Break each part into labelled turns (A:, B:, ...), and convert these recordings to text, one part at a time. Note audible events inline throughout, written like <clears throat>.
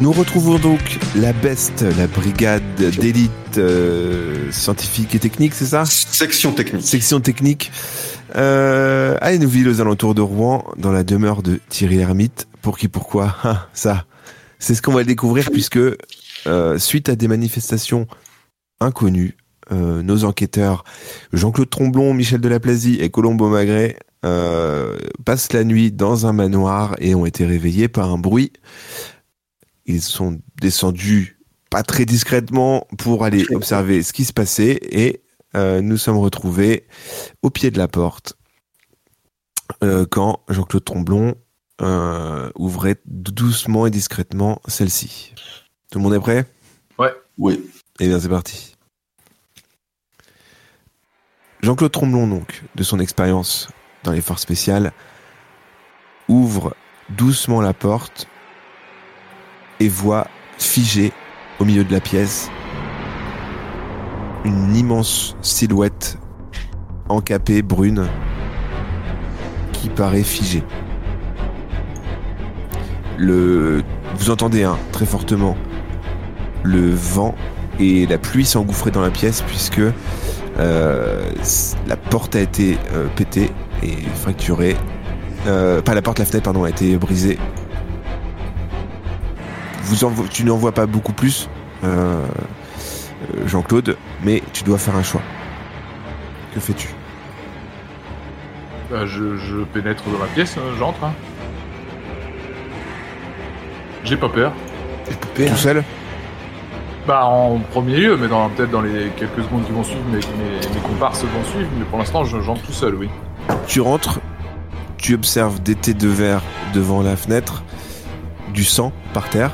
A: Nous retrouvons donc la BEST, la brigade d'élite euh, scientifique et technique, c'est ça
B: Section technique.
A: Section technique euh, à Enneville, aux alentours de Rouen, dans la demeure de Thierry Lhermitte. Pour qui, pourquoi <laughs> Ah, Ça, c'est ce qu'on va le découvrir puisque euh, suite à des manifestations inconnues, euh, nos enquêteurs Jean-Claude Tromblon, Michel Delaplasie et Colombo Magret euh, passent la nuit dans un manoir et ont été réveillés par un bruit. Ils sont descendus pas très discrètement pour aller observer ce qui se passait et euh, nous sommes retrouvés au pied de la porte euh, quand Jean-Claude Tromblon euh, ouvrait doucement et discrètement celle-ci. Tout le monde est prêt
B: Oui.
A: Eh bien, c'est parti. Jean-Claude Tromblon, donc, de son expérience dans les forces spéciales, ouvre doucement la porte et voit figé au milieu de la pièce une immense silhouette encapée brune qui paraît figée. Le, vous entendez un très fortement le vent et la pluie s'engouffrait dans la pièce puisque euh, s- la porte a été euh, pétée et fracturée. Euh, pas la porte, la fenêtre, pardon, a été brisée. Vous en vo- tu n'en vois pas beaucoup plus, euh, euh, Jean-Claude, mais tu dois faire un choix. Que fais-tu
C: Bah, je, je pénètre dans la pièce, hein, j'entre. hein. J'ai pas peur.
A: Tout seul
C: Bah en premier lieu, mais dans- peut-être dans les quelques secondes qui vont suivre, mes, mes, mes comparses vont suivre, mais pour l'instant je- j'entre tout seul, oui.
A: Tu rentres, tu observes des thés de verre devant la fenêtre, du sang par terre,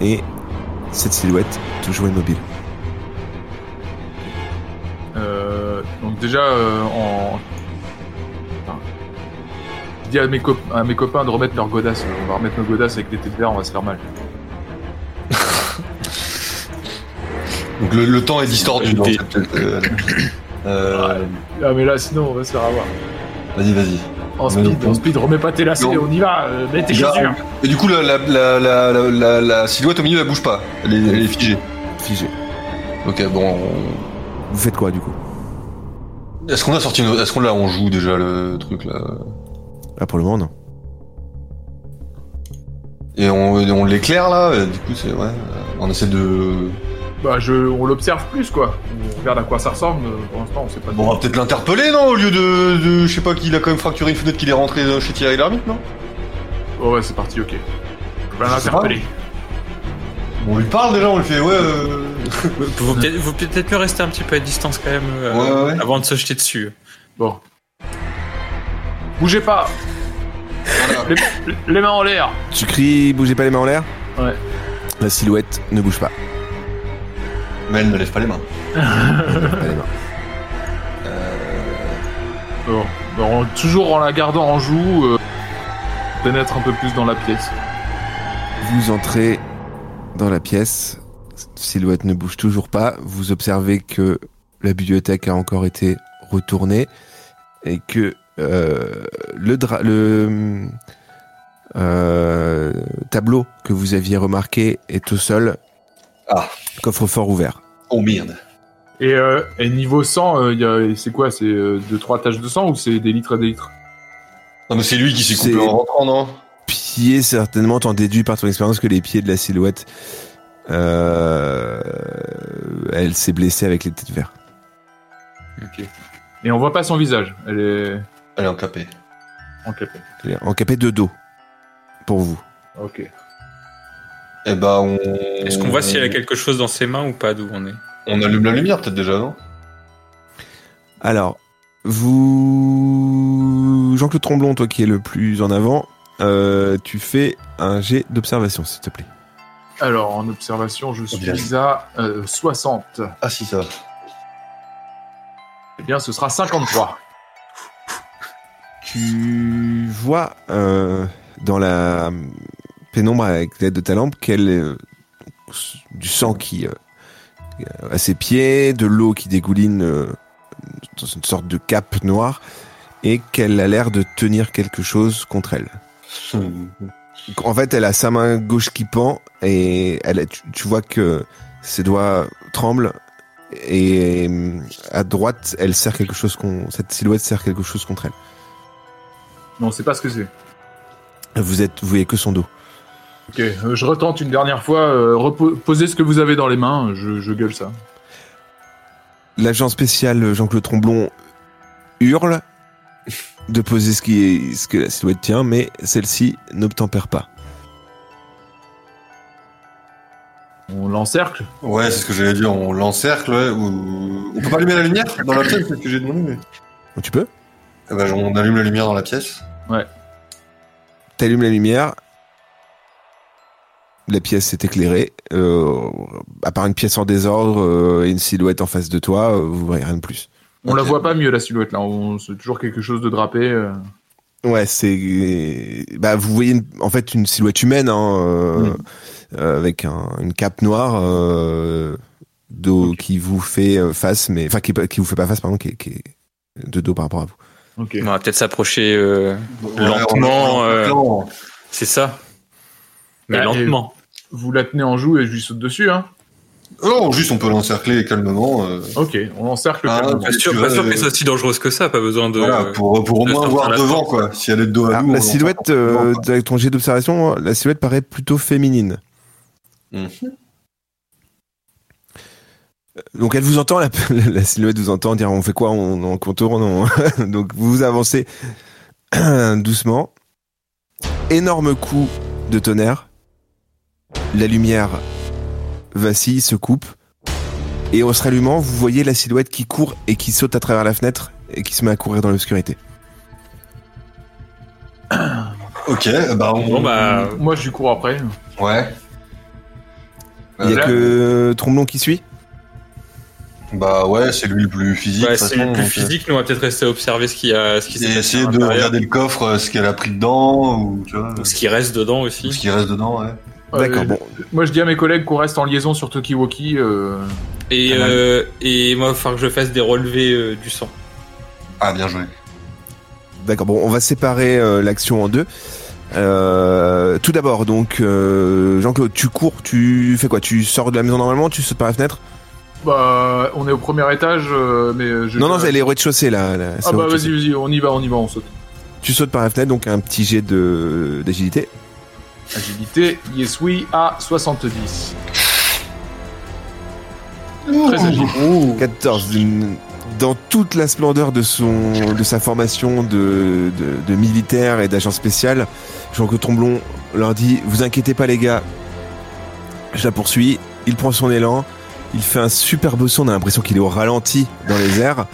A: et cette silhouette toujours immobile.
C: Euh, donc déjà euh, en... Enfin, je dis à mes, cop- à mes copains de remettre leurs godasses, on va remettre nos godasses avec des têtes de verre, on va se faire mal.
B: Donc le, le temps est distordu. dans
D: T'es-
B: cette- euh, euh,
C: Ah mais là sinon on va se faire avoir.
B: vas-y, vas-y.
C: En
B: Mais
C: speed,
B: non.
C: en speed, remets pas tes lacets,
B: Non.
C: on y va, euh, mets tes
B: Gars,
C: chaussures.
B: Et du coup, la, la, la, la, la- la- la silhouette au milieu, elle bouge pas. Elle est, elle est figée.
A: Figé.
B: Ok, bon. on-
A: Vous faites quoi du coup
B: Est-ce qu'on a sorti une... Est-ce qu'on là, on joue déjà le truc là
A: Là Ah, pour le moment, non.
B: Et on, et on l'éclaire là et Du coup, c'est. Ouais. euh, On essaie de.
C: Bah je, on l'observe plus quoi. On regarde à quoi ça ressemble. euh, Pour l'instant on sait pas.
B: Bon, on va peut-être l'interpeller, non Au lieu de. de- je sais pas, qu'il a quand même fracturé une fenêtre qu'il est rentré euh, chez Thierry Lhermitte, non
C: Oh, ouais c'est parti ok. Je vais
B: Je sais
C: l'interpeller.
B: On lui parle déjà, on lui fait ouais. euh,
D: Vous peut-être vous peut-être mieux rester un petit peu à distance quand même euh,
B: Ouais, ouais, ouais.
D: avant de se jeter dessus.
C: Bon. Bougez pas.
B: voilà.
C: Les, les mains en l'air.
A: Tu cries, bougez pas les mains en l'air
C: Ouais.
A: La silhouette ne bouge pas.
B: Mais elle ne lève pas les mains.
A: pas les mains.
C: Bon. Bon, en- toujours en la gardant en joue, euh, pénètre un peu plus dans la pièce.
A: Vous entrez dans la pièce. Cette silhouette ne bouge toujours pas. Vous observez que la bibliothèque a encore été retournée et que euh, le, dra- le euh, tableau que vous aviez remarqué est au sol.
B: Ah.
A: Coffre-fort ouvert.
B: Oh merde.
C: Et, euh, et niveau sang, euh, y a- c'est quoi C'est 2-3 taches de sang ou c'est des litres et des litres
B: Non mais c'est lui qui s'est coupé
A: C'est-
B: en rentrant, non
A: Pieds, certainement, t'en déduis par ton expérience que les pieds de la silhouette, euh, elle s'est blessée avec les têtes vertes.
C: Et on voit pas son visage. Elle est
B: Elle est encapée.
C: encapée.
A: C'est-à-dire Encapé de dos. Pour vous.
C: Ok.
B: Eh bah on.
D: Est-ce qu'on voit s'il
B: Euh,
D: y a quelque chose dans ses mains ou pas d'où on est
B: On allume la lumière peut-être déjà, non
A: Alors, vous. Jean-Claude Tromblon, toi qui es le plus en avant, euh, tu fais un jet d'observation, s'il te plaît.
C: Alors en observation, je suis à euh, 60.
B: Ah si ça. va.
C: Eh bien, ce sera 53.
A: Tu vois euh, dans la pénombre avec l'aide de ta lampe qu'elle. euh, du sang qui. euh, à ses pieds, de l'eau qui dégouline euh, dans une sorte de cape noire, et qu'elle a l'air de tenir quelque chose contre elle. En fait, elle a sa main gauche qui pend et elle, a- tu, tu vois que ses doigts tremblent et hum, à droite, elle serre quelque chose qu'on, cette silhouette serre quelque chose contre elle.
C: Non, c'est pas ce que c'est.
A: Vous êtes, vous voyez que son dos.
C: Ok, euh, je retente une dernière fois. euh, repo- posez ce que vous avez dans les mains. Je, je gueule ça.
A: L'agent spécial Jean-Claude Tromblon hurle de poser ce, qui est, ce que la silhouette tient, mais celle-ci n'obtempère pas.
C: On l'encercle.
B: <laughs> Ouais, c'est ce que j'allais dire, on l'encercle, ouais, ou... On peut pas allumer la lumière dans la pièce, c'est ce que j'ai demandé, mais...
A: Tu peux
B: Eh ben, on allume la lumière dans la pièce.
A: T'allumes la lumière. La pièce est éclairée. Euh, à part une pièce en désordre euh, et une silhouette en face de toi, euh, vous voyez rien de plus.
C: On la
B: Ok.
C: voit pas mieux la silhouette là. On c'est toujours quelque chose de drapé. euh.
A: Ouais, c'est. Bah, vous voyez une- en fait une silhouette humaine hein, euh,
C: Mm.
A: euh, avec un- une cape noire euh, dos qui vous fait euh, face, mais enfin qui, est pas- qui vous fait pas face, pardon, qui, est- qui est de dos par rapport à vous.
C: Ok.
D: On va peut-être s'approcher. euh, Lentement, euh, C'est ça. Mais
C: Bah, et-
D: lentement.
C: Vous la tenez en joue et je lui saute dessus. Hein.
B: Non, Oh, juste on peut l'encercler calmement. euh,
C: Ok, on l'encercle.
B: Ah,
C: calmement.
B: ok.
D: Pas sûr,
B: tu
D: pas
B: vois,
D: sûr
B: euh,
D: que c'est aussi dangereuse que ça. Pas besoin de.
B: voilà, pour, pour au
D: de
B: moins
D: sortir
B: voir
D: euh, la
B: devant, quoi. Si elle est de dos à
A: Ah,
B: nous... on
A: la
B: l'encercle
A: silhouette
B: devant,
A: euh,
B: quoi.
A: avec ton jet d'observation, la silhouette paraît plutôt féminine.
B: Mhm.
A: Euh, Donc elle vous entend, la, <laughs> la silhouette vous entend dire on fait quoi, on, on contourne, on- <laughs> donc vous avancez <clears throat> doucement. Énorme coup de tonnerre. La lumière vacille, se coupe. Et en se rallumant, vous voyez la silhouette qui court et qui saute à travers la fenêtre et qui se met à courir dans l'obscurité.
B: Ok, bah on...
D: Bon bah.
C: Euh, Moi, je lui cours après.
B: Ouais.
A: Il y a
C: Là-
A: que Tromblon qui suit
B: Bah ouais, c'est lui le plus physique.
D: ouais,
B: de toute
D: Bah, c'est le
B: façon,
D: plus
B: donc,
D: physique, nous on va peut-être rester à observer ce qu'il y a, ce
B: euh,
D: qui s'est
B: Et
D: passé à
B: essayer de
D: l'intérieur,
B: regarder le coffre, euh, ce qu'elle a pris dedans, ou tu vois,
D: ou ce qui reste dedans
B: ou ce
D: aussi.
B: qui reste dedans, ouais.
A: D'accord,
C: Euh,
A: bon.
C: Moi, je dis à mes collègues qu'on reste en liaison sur Tokiwoki. euh,
D: Et,
C: Ah, mal.
D: euh, et moi, il va falloir que je fasse des relevés euh, du sang.
B: Ah, bien joué.
A: D'accord, bon, on va séparer euh, l'action en deux. Euh, tout d'abord, donc, euh, Jean-Claude, tu cours, tu fais quoi Tu sors de la maison normalement, tu sautes par la fenêtre
C: Bah, on est au premier étage, euh, mais euh, je.
A: Non, non, elle est au rez-de-chaussée là. là, c'est
C: Ah
A: au
C: bah
A: rez-de-chaussée.
C: vas-y, vas-y, on y va, on y va, on saute.
A: Tu sautes par la fenêtre, donc un petit jet de- d'agilité.
C: Agilité, yes oui, à 70. Très agile.
A: 14. une- Dans toute la splendeur de son, de sa formation de, de, de militaire et d'agent spécial, Jean-Claude Tromblon leur dit Vous inquiétez pas, les gars, je la poursuis. Il prend son élan, il fait un superbe son, on a l'impression qu'il est au ralenti dans les airs.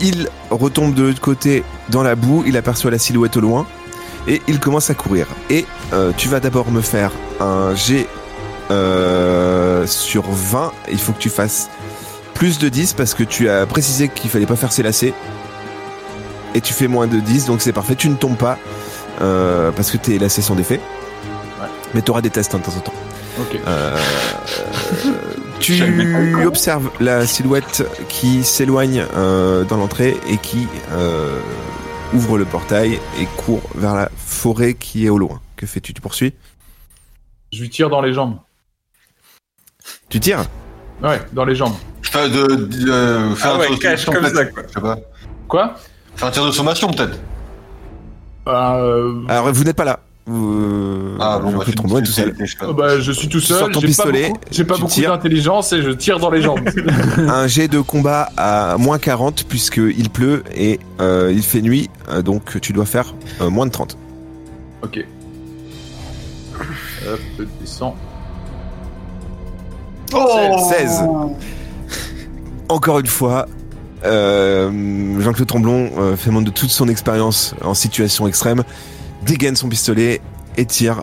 A: Il retombe de l'autre côté dans la boue, il aperçoit la silhouette au loin et il commence à courir. Et euh, tu vas d'abord me faire un jet euh, sur 20, il faut que tu fasses plus de 10 parce que tu as précisé qu'il fallait pas faire ses lacets. Et tu fais moins de 10, donc c'est parfait. Tu ne tombes pas euh, parce que tes lacets sont défaits.
C: Ouais.
A: Mais tu auras des tests hein, de temps en temps.
C: Ok.
A: Euh, tu observes la silhouette qui s'éloigne euh, dans l'entrée et qui euh, ouvre le portail et court vers la forêt qui est au loin. Que fais-tu Tu poursuis
C: Je lui tire dans les jambes.
A: Tu tires
C: Ouais, dans les jambes.
B: Je fais de, de- euh, faire
D: Ah
B: un
D: ouais,
B: tir de
D: cache
B: sommation,
D: comme
B: peut-être.
D: ça, quoi.
B: Je sais pas.
C: Quoi
B: Faire un tir de sommation, peut-être.
C: Bah, euh,
A: Alors vous n'êtes pas là. Vous-
B: Ah, bon,
A: Jean-Claude
B: bah, c'est-
A: Tromblon est
B: c'est-
A: tout seul.
B: c'est- je sais pas.
C: bah, je suis tout
A: Tu
C: seul,
A: sors ton
C: j'ai pas
A: pistolet,
C: beaucoup, j'ai pas
A: tu
C: beaucoup
A: tires.
C: d'intelligence et je tire dans
A: <laughs>
C: les jambes.
A: un jet de combat à moins 40 puisque il pleut et euh, il fait nuit, euh, donc tu dois faire euh, moins de 30.
C: ok. Hop, je descends.
B: Oh
A: 16. Encore une fois, euh, Jean-Claude Tremblon euh, fait montre de toute son expérience en situation extrême, dégaine son pistolet et tire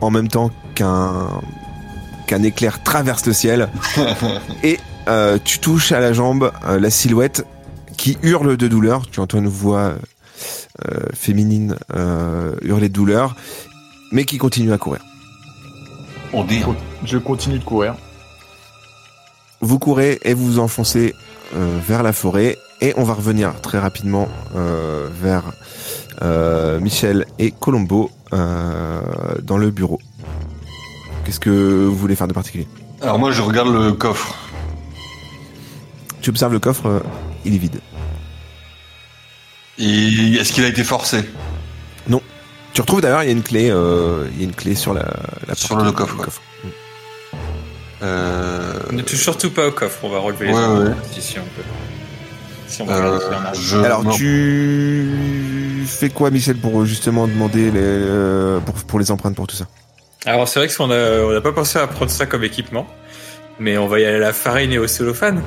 A: en même temps qu'un qu'un éclair traverse le ciel et euh, tu touches à la jambe euh, la silhouette qui hurle de douleur. Tu entends une voix euh, féminine euh, hurler de douleur, mais qui continue à courir.
B: On dit. hein.
C: Je continue de courir.
A: Vous courez et vous vous enfoncez euh, vers la forêt et on va revenir très rapidement euh, vers euh, Michel et Colombo euh, dans le bureau. Qu'est-ce que vous voulez faire de particulier
B: Alors moi je regarde le coffre.
A: Tu observes le coffre, euh, il est vide.
B: Et est-ce qu'il a été forcé
A: Tu retrouves d'ailleurs, il y a une clé, euh, il y a une clé sur la, la
B: Sur
A: porte
B: le
A: du
B: coffre, ouais. Euh,
D: Ne touche surtout pas au coffre, on va relever les
B: Ouais,
D: autres
B: ouais.
D: si, si on peut. Si on peut
B: euh,
D: regarder si on a-
B: je-
A: Alors
B: non.
A: tu fais quoi Michel pour euh, justement demander les, euh, pour, pour les empreintes pour tout ça
D: Alors c'est vrai qu'on a, on n'a pas pensé à prendre ça comme équipement, mais on va y aller à la farine et au cellophane.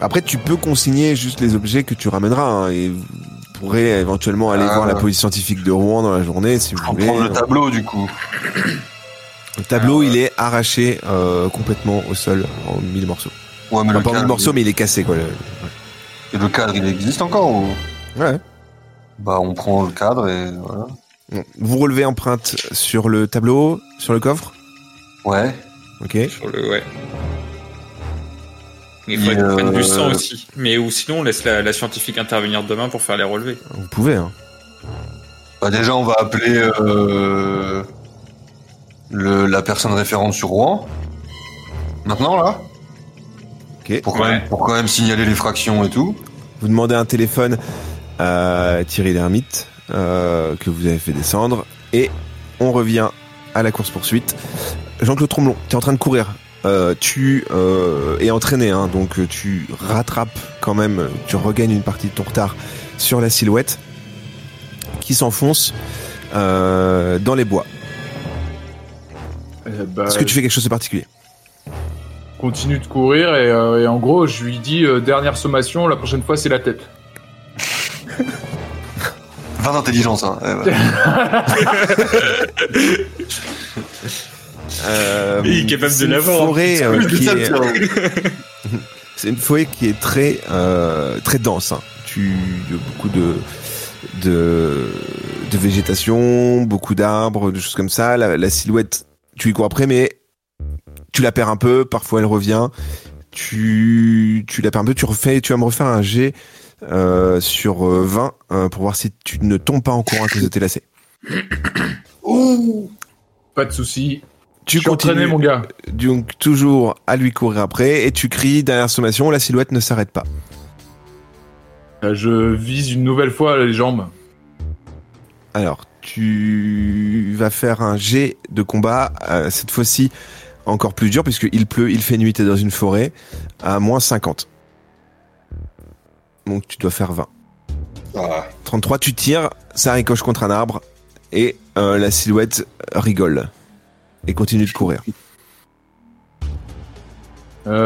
A: Après tu peux consigner juste les objets que tu ramèneras hein, et vous pourrez éventuellement aller
B: Ah,
A: voir la
B: ouais.
A: police scientifique de Rouen dans la journée si vous
B: Je vais
A: voulez.
B: prendre le Ah, tableau du coup.
A: Le tableau il est arraché euh, complètement au sol en mille morceaux.
B: Ouais,
A: Enfin,
B: mais Ah, le,
A: pas en
B: cadre,
A: mille morceaux mais il est cassé quoi. le-
B: et le cadre, il existe encore ou
A: Ouais.
B: Bah, on prend le cadre et voilà.
A: Bon, Vous relevez empreinte sur le tableau, sur le coffre.
B: Ouais.
A: Ok.
D: Sur le, ouais. Il faudrait
B: Et,
D: qu'on prenne
B: euh,
D: du sang aussi. Mais ou sinon, on laisse la, la scientifique intervenir demain pour faire les relevés.
A: Vous pouvez. Hein.
B: Bah, déjà, on va appeler euh, le, la personne référente sur Rouen. Maintenant, là
A: Ok.
B: pour, quand
D: Ouais.
B: même, pour quand même signaler les fractions et tout.
A: Vous demandez un téléphone à Thierry l'ermite euh, que vous avez fait descendre et on revient à la course poursuite. Jean-Claude Tromblon, tu es en train de courir. Euh, tu euh, es entraîné, hein, donc euh, tu rattrapes quand même, tu regagnes une partie de ton retard sur la silhouette qui s'enfonce euh, dans les bois.
C: Eh ben,
A: Est-ce que tu fais quelque chose de particulier
C: je continue de courir et, euh, et en gros, je lui dis euh, dernière sommation, la prochaine fois c'est la tête.
B: 20 d'intelligence, hein. Eh ben.
A: Euh,
D: Il est capable
A: c'est
D: de hein.
A: une
D: l'avoir, en
A: forêt,
D: plus. <laughs>
A: euh,
D: Oui,
A: qui
D: ça,
A: est- C'est une forêt qui est très euh, très dense. hein. Tu il y a beaucoup de de, de végétation, beaucoup d'arbres, de choses comme ça. La, la silhouette, tu y cours après, mais tu la perds un peu. Parfois, elle revient. Tu tu la perds un peu. Tu refais. Tu vas me refaire un jet euh, sur euh, 20 euh, pour voir si tu ne tombes pas en courant à cause de tes lacets.
C: Pas de souci.
A: Tu
C: je suis entraîné, mon gars.
A: donc toujours à lui courir après et tu cries dernière sommation. La silhouette ne s'arrête pas.
C: Euh, Je vise une nouvelle fois les jambes.
A: Alors, tu vas faire un jet de combat, euh, cette fois-ci encore plus dur, puisqu'il pleut, il fait nuit, t'es dans une forêt, à moins 50. Donc tu dois faire 20.
B: Ah.
A: 33, tu tires, ça ricoche contre un arbre, et euh, la silhouette rigole. Et continue de courir.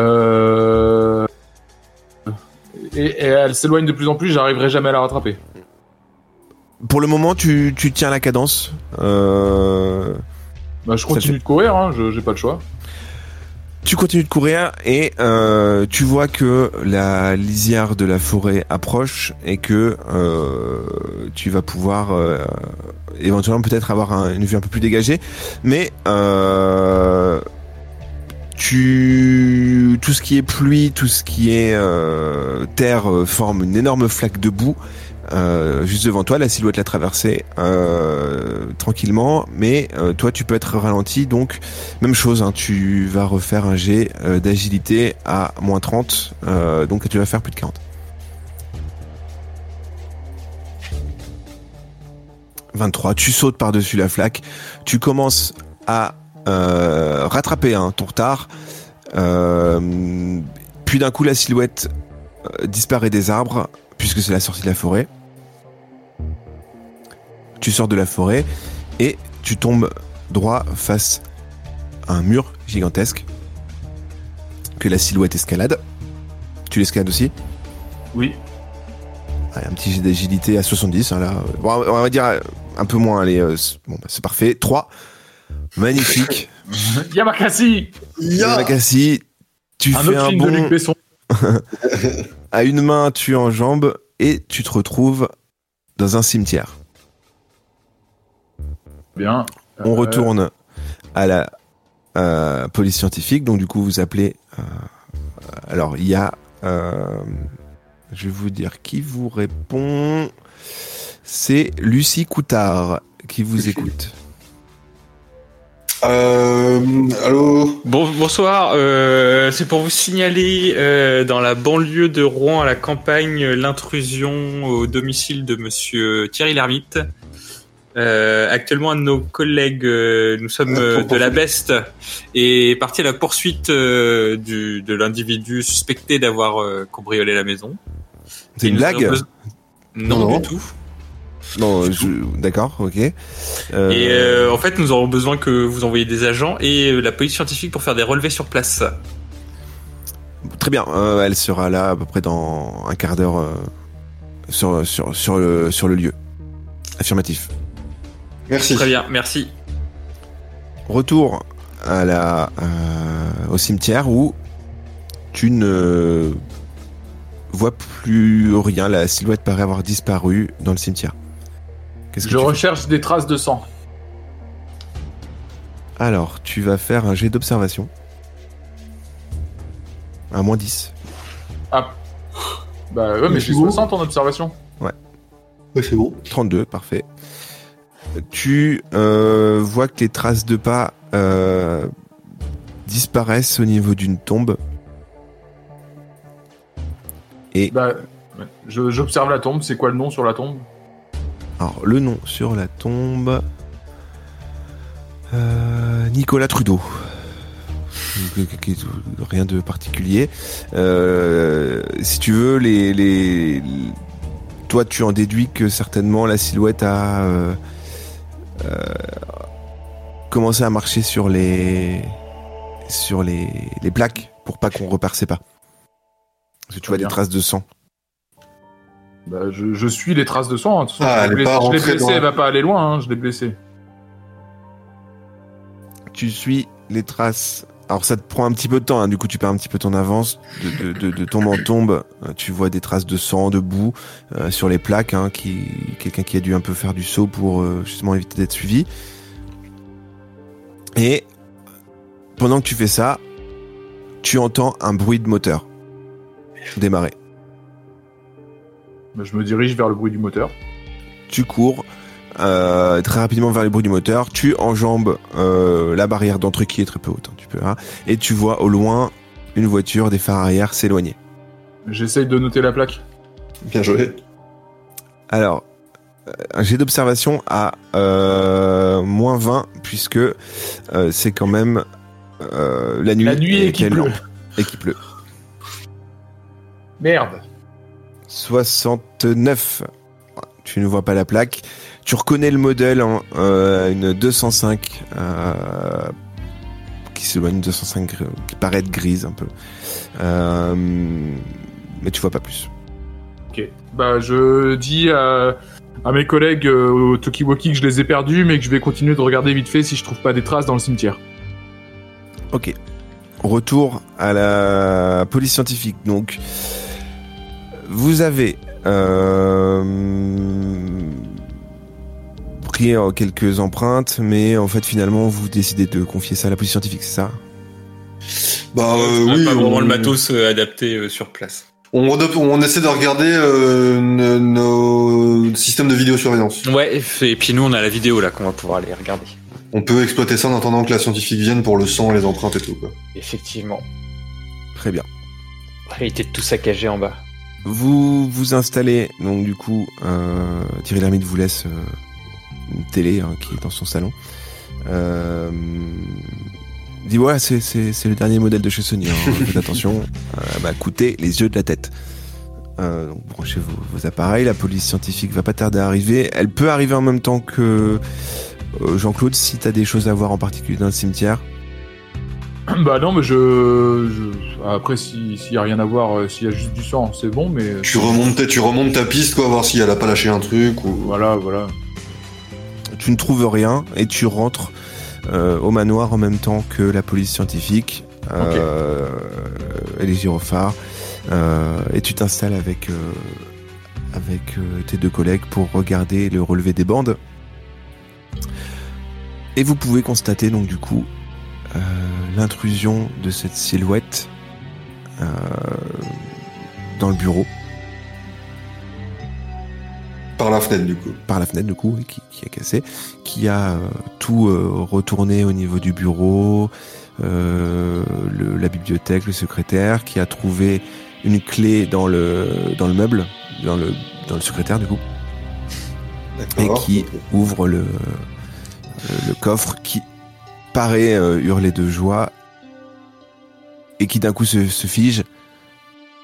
C: Euh... Et, et elle s'éloigne de plus en plus, j'arriverai jamais à la rattraper.
A: Pour le moment, tu, tu tiens la cadence. Euh,
C: Bah, je
A: Ça
C: continue de courir, hein, je- j'ai pas le choix.
A: Tu continues de courir et euh, tu vois que la lisière de la forêt approche et que euh, tu vas pouvoir euh, éventuellement peut-être avoir un- une vue un peu plus dégagée, mais euh, tu tout ce qui est pluie, tout ce qui est euh, terre euh, forme une énorme flaque de boue euh, juste devant toi. La silhouette l'a traversée euh, tranquillement, mais euh, toi tu peux être ralenti donc même chose, hein, tu vas refaire un jet euh, d'agilité à moins 30, euh, donc tu vas faire plus de 40. 23, tu sautes par-dessus la flaque, tu commences à euh, rattraper hein, ton retard, euh, puis d'un coup la silhouette euh, disparaît des arbres, puisque c'est la sortie de la forêt. Tu sors de la forêt et tu tombes droit face un mur gigantesque que la silhouette escalade. Tu l'escalades aussi
C: Oui.
A: Allez, Un petit jet d'agilité à 70, hein, là. Bon, on va dire euh, un peu moins, allez. euh, c'est- bon, bah, c'est parfait. 3.
C: <laughs>
A: Magnifique.
C: Yamakasi
A: Nakassi, tu
C: Un
A: fais
C: autre
A: un
C: film de Luc
A: bond.
C: Besson.
A: À une main, tu enjambes et tu te retrouves dans un cimetière.
C: Bien.
A: On
C: Euh,
A: retourne à la euh, police scientifique. Donc, du coup, vous appelez euh, alors, il y a. euh, je vais vous dire qui vous répond. C'est Lucie Coutard qui vous écoute.
B: Ah. Euh, allô
D: Bon, bonsoir, euh, c'est pour vous signaler euh, dans la banlieue de Rouen à la campagne l'intrusion au domicile de monsieur Thierry Lhermitte. Euh, actuellement, un de nos collègues, euh, nous
A: Ah,
D: sommes euh, de la Beste, est parti à la poursuite euh, du, de l'individu suspecté d'avoir euh, cambriolé la maison.
A: C'est
D: Et
A: une
D: nous
A: blague
D: avons besoin- non,
B: Non, non.
D: du tout.
A: Non, je- d'accord, ok. Euh,
D: Et euh, en fait, nous aurons besoin que vous envoyiez des agents et euh, la police scientifique pour faire des relevés sur place.
A: Très bien, euh, elle sera là à peu près dans un quart d'heure euh, sur, sur, sur, le, sur le lieu. Affirmatif.
B: Merci.
D: Très bien, merci.
A: Retour à la, euh, au cimetière où tu ne vois plus rien, la silhouette paraît avoir disparu dans le cimetière. Qu'est-ce que
C: Euh, Je
A: tu fais
C: recherche des traces de sang.
A: Alors, tu vas faire un jet d'observation. Un moins 10.
C: Bah ouais, mais
B: Mais
C: j'ai
B: c'est beau.
C: 60 en observation.
B: Ouais, c'est bon.
A: 32, parfait. Tu euh, vois que les traces de pas euh, disparaissent au niveau d'une tombe.
C: Bah, ouais. Je- j'observe la tombe. C'est quoi le nom sur la tombe
A: Alors, le nom sur la tombe. euh, Nicolas Trudeau. Rien de particulier. Euh, si tu veux, les, les- toi, tu en déduis que certainement la silhouette a euh, euh, commencé à marcher sur les sur les, les plaques pour pas qu'on repère ses pas. Parce que tu
C: Très
A: vois
C: bien.
A: des traces de sang.
C: Bah, je, je suis les traces de sang. hein. De toute façon,
B: Ah,
C: je
B: elle est
C: l'ai
B: pas
C: blessé, je l'ai
B: rentrée
C: blessé,
B: dans la-
C: elle va pas aller loin. hein, Je l'ai blessé.
A: tu suis les traces. Alors ça te prend un petit peu de temps, hein. du coup tu perds un petit peu ton avance. De, de, de, de tombe en tombe, euh, tu vois des traces de sang, de boue euh, sur les plaques, hein, qui, quelqu'un qui a dû un peu faire du saut pour euh, justement éviter d'être suivi. Et pendant que tu fais ça, tu entends un bruit de moteur démarrer.
C: Bah, je me dirige vers le bruit du moteur.
A: tu cours euh, très rapidement vers les bruits du moteur, tu enjambes euh, la barrière d'entrée qui est très peu haute, hein, tu peux, hein, et tu vois au loin une voiture des phares arrière s'éloigner.
C: J'essaye de noter la plaque.
B: Bien joué.
A: Alors, euh, un jet d'observation à euh, moins 20, puisque euh, c'est quand même euh, la nuit,
C: la nuit
A: et
C: et qu'il
A: qu'elle
C: pleut.
A: lampe, et qu'il pleut.
C: Merde.
A: 69. Tu ne vois pas la plaque. Tu reconnais le modèle, en une 205 euh, qui s'éloigne, 205 gr- qui paraît être grise un peu. Euh, mais tu vois pas plus.
C: Ok. Bah, je dis à, à mes collègues euh, au Tokiwoki que je les ai perdus, mais que je vais continuer de regarder vite fait si je trouve pas des traces dans le cimetière. <clears throat>
A: Ok. Retour à la police scientifique. Donc, vous avez euh, pris euh, quelques empreintes, mais en fait, finalement, vous décidez de confier ça à la police scientifique, c'est ça
B: Bah
D: On
B: euh,
D: a
B: oui.
D: pas vraiment
B: on-
D: le matos euh, adapté euh, sur place.
B: On, redop- on essaie de regarder euh, nos- nos systèmes de vidéosurveillance.
D: Ouais, et f- et puis nous on a la vidéo là qu'on va pouvoir aller regarder.
B: On peut exploiter ça en attendant que la scientifique vienne pour le sang, les empreintes et tout. Quoi.
E: Effectivement.
A: Très bien.
E: Il était tout saccagé en bas.
A: Vous vous installez, donc du coup, euh, Thierry Lhermitte vous laisse euh, une télé hein, qui est dans son salon. Euh, il dit voilà, c'est- c'est c'est le dernier modèle de chez Sony. hein. Faites attention, euh, elle va coûter les yeux de la tête. Euh, donc branchez vos, vos appareils. La police scientifique va pas tarder à arriver. Elle peut arriver en même temps que euh, Jean-Claude si t'as des choses à voir en particulier dans le cimetière.
C: bah non, mais je, je- après si- s'il y a rien à voir, euh, s'il y a juste du sang, c'est bon, mais
B: Tu remontes, ta- tu remontes ta piste, quoi, voir si elle a pas lâché un truc ou.
C: voilà, voilà.
A: Tu ne trouves rien et tu rentres euh, au manoir en même temps que la police scientifique euh, et les gyrophares. Euh, et tu t'installes avec, euh, avec euh, tes deux collègues pour regarder le relevé des bandes. Et vous pouvez constater donc du coup euh, l'intrusion de cette silhouette euh, dans le bureau,
B: Par la fenêtre, du coup.
A: par la fenêtre du coup, et qui, qui a cassé, qui a euh, tout euh, retourné au niveau du bureau, euh, le- la bibliothèque, le secrétaire, qui a trouvé une clé dans le, dans le meuble, dans le, dans le secrétaire du coup, et
B: D'accord.
A: qui ouvre le, euh, le coffre qui paraît euh, hurler de joie et qui d'un coup se, se fige,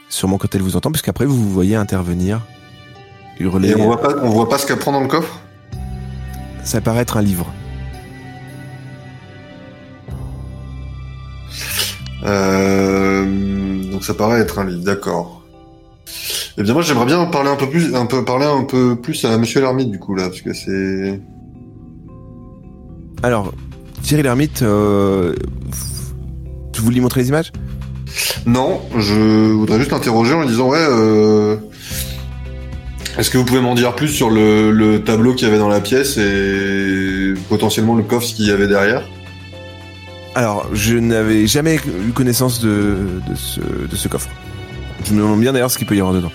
A: sûrement quand elle vous entend, puisqu'après vous vous voyez intervenir, hurler,
B: Et on voit pas, on voit pas ce qu'elle prend dans le coffre
A: ça paraît être un livre.
B: Euh, Donc ça paraît être un livre, d'accord. Eh bien moi j'aimerais bien parler un peu plus, un peu parler un peu plus à Monsieur l'ermite du coup là, parce que c'est.
A: Alors, Thierry l'ermite, euh, f- je vous lui montrer les images
B: Non, je voudrais juste l'interroger en lui disant ouais. Euh... Est-ce que vous pouvez m'en dire plus sur le, le tableau qu'il y avait dans la pièce et potentiellement le coffre qu'il y avait derrière
A: Alors, je n'avais jamais eu connaissance de, de ce, de ce coffre. Je me demande bien d'ailleurs ce qu'il peut y avoir dedans.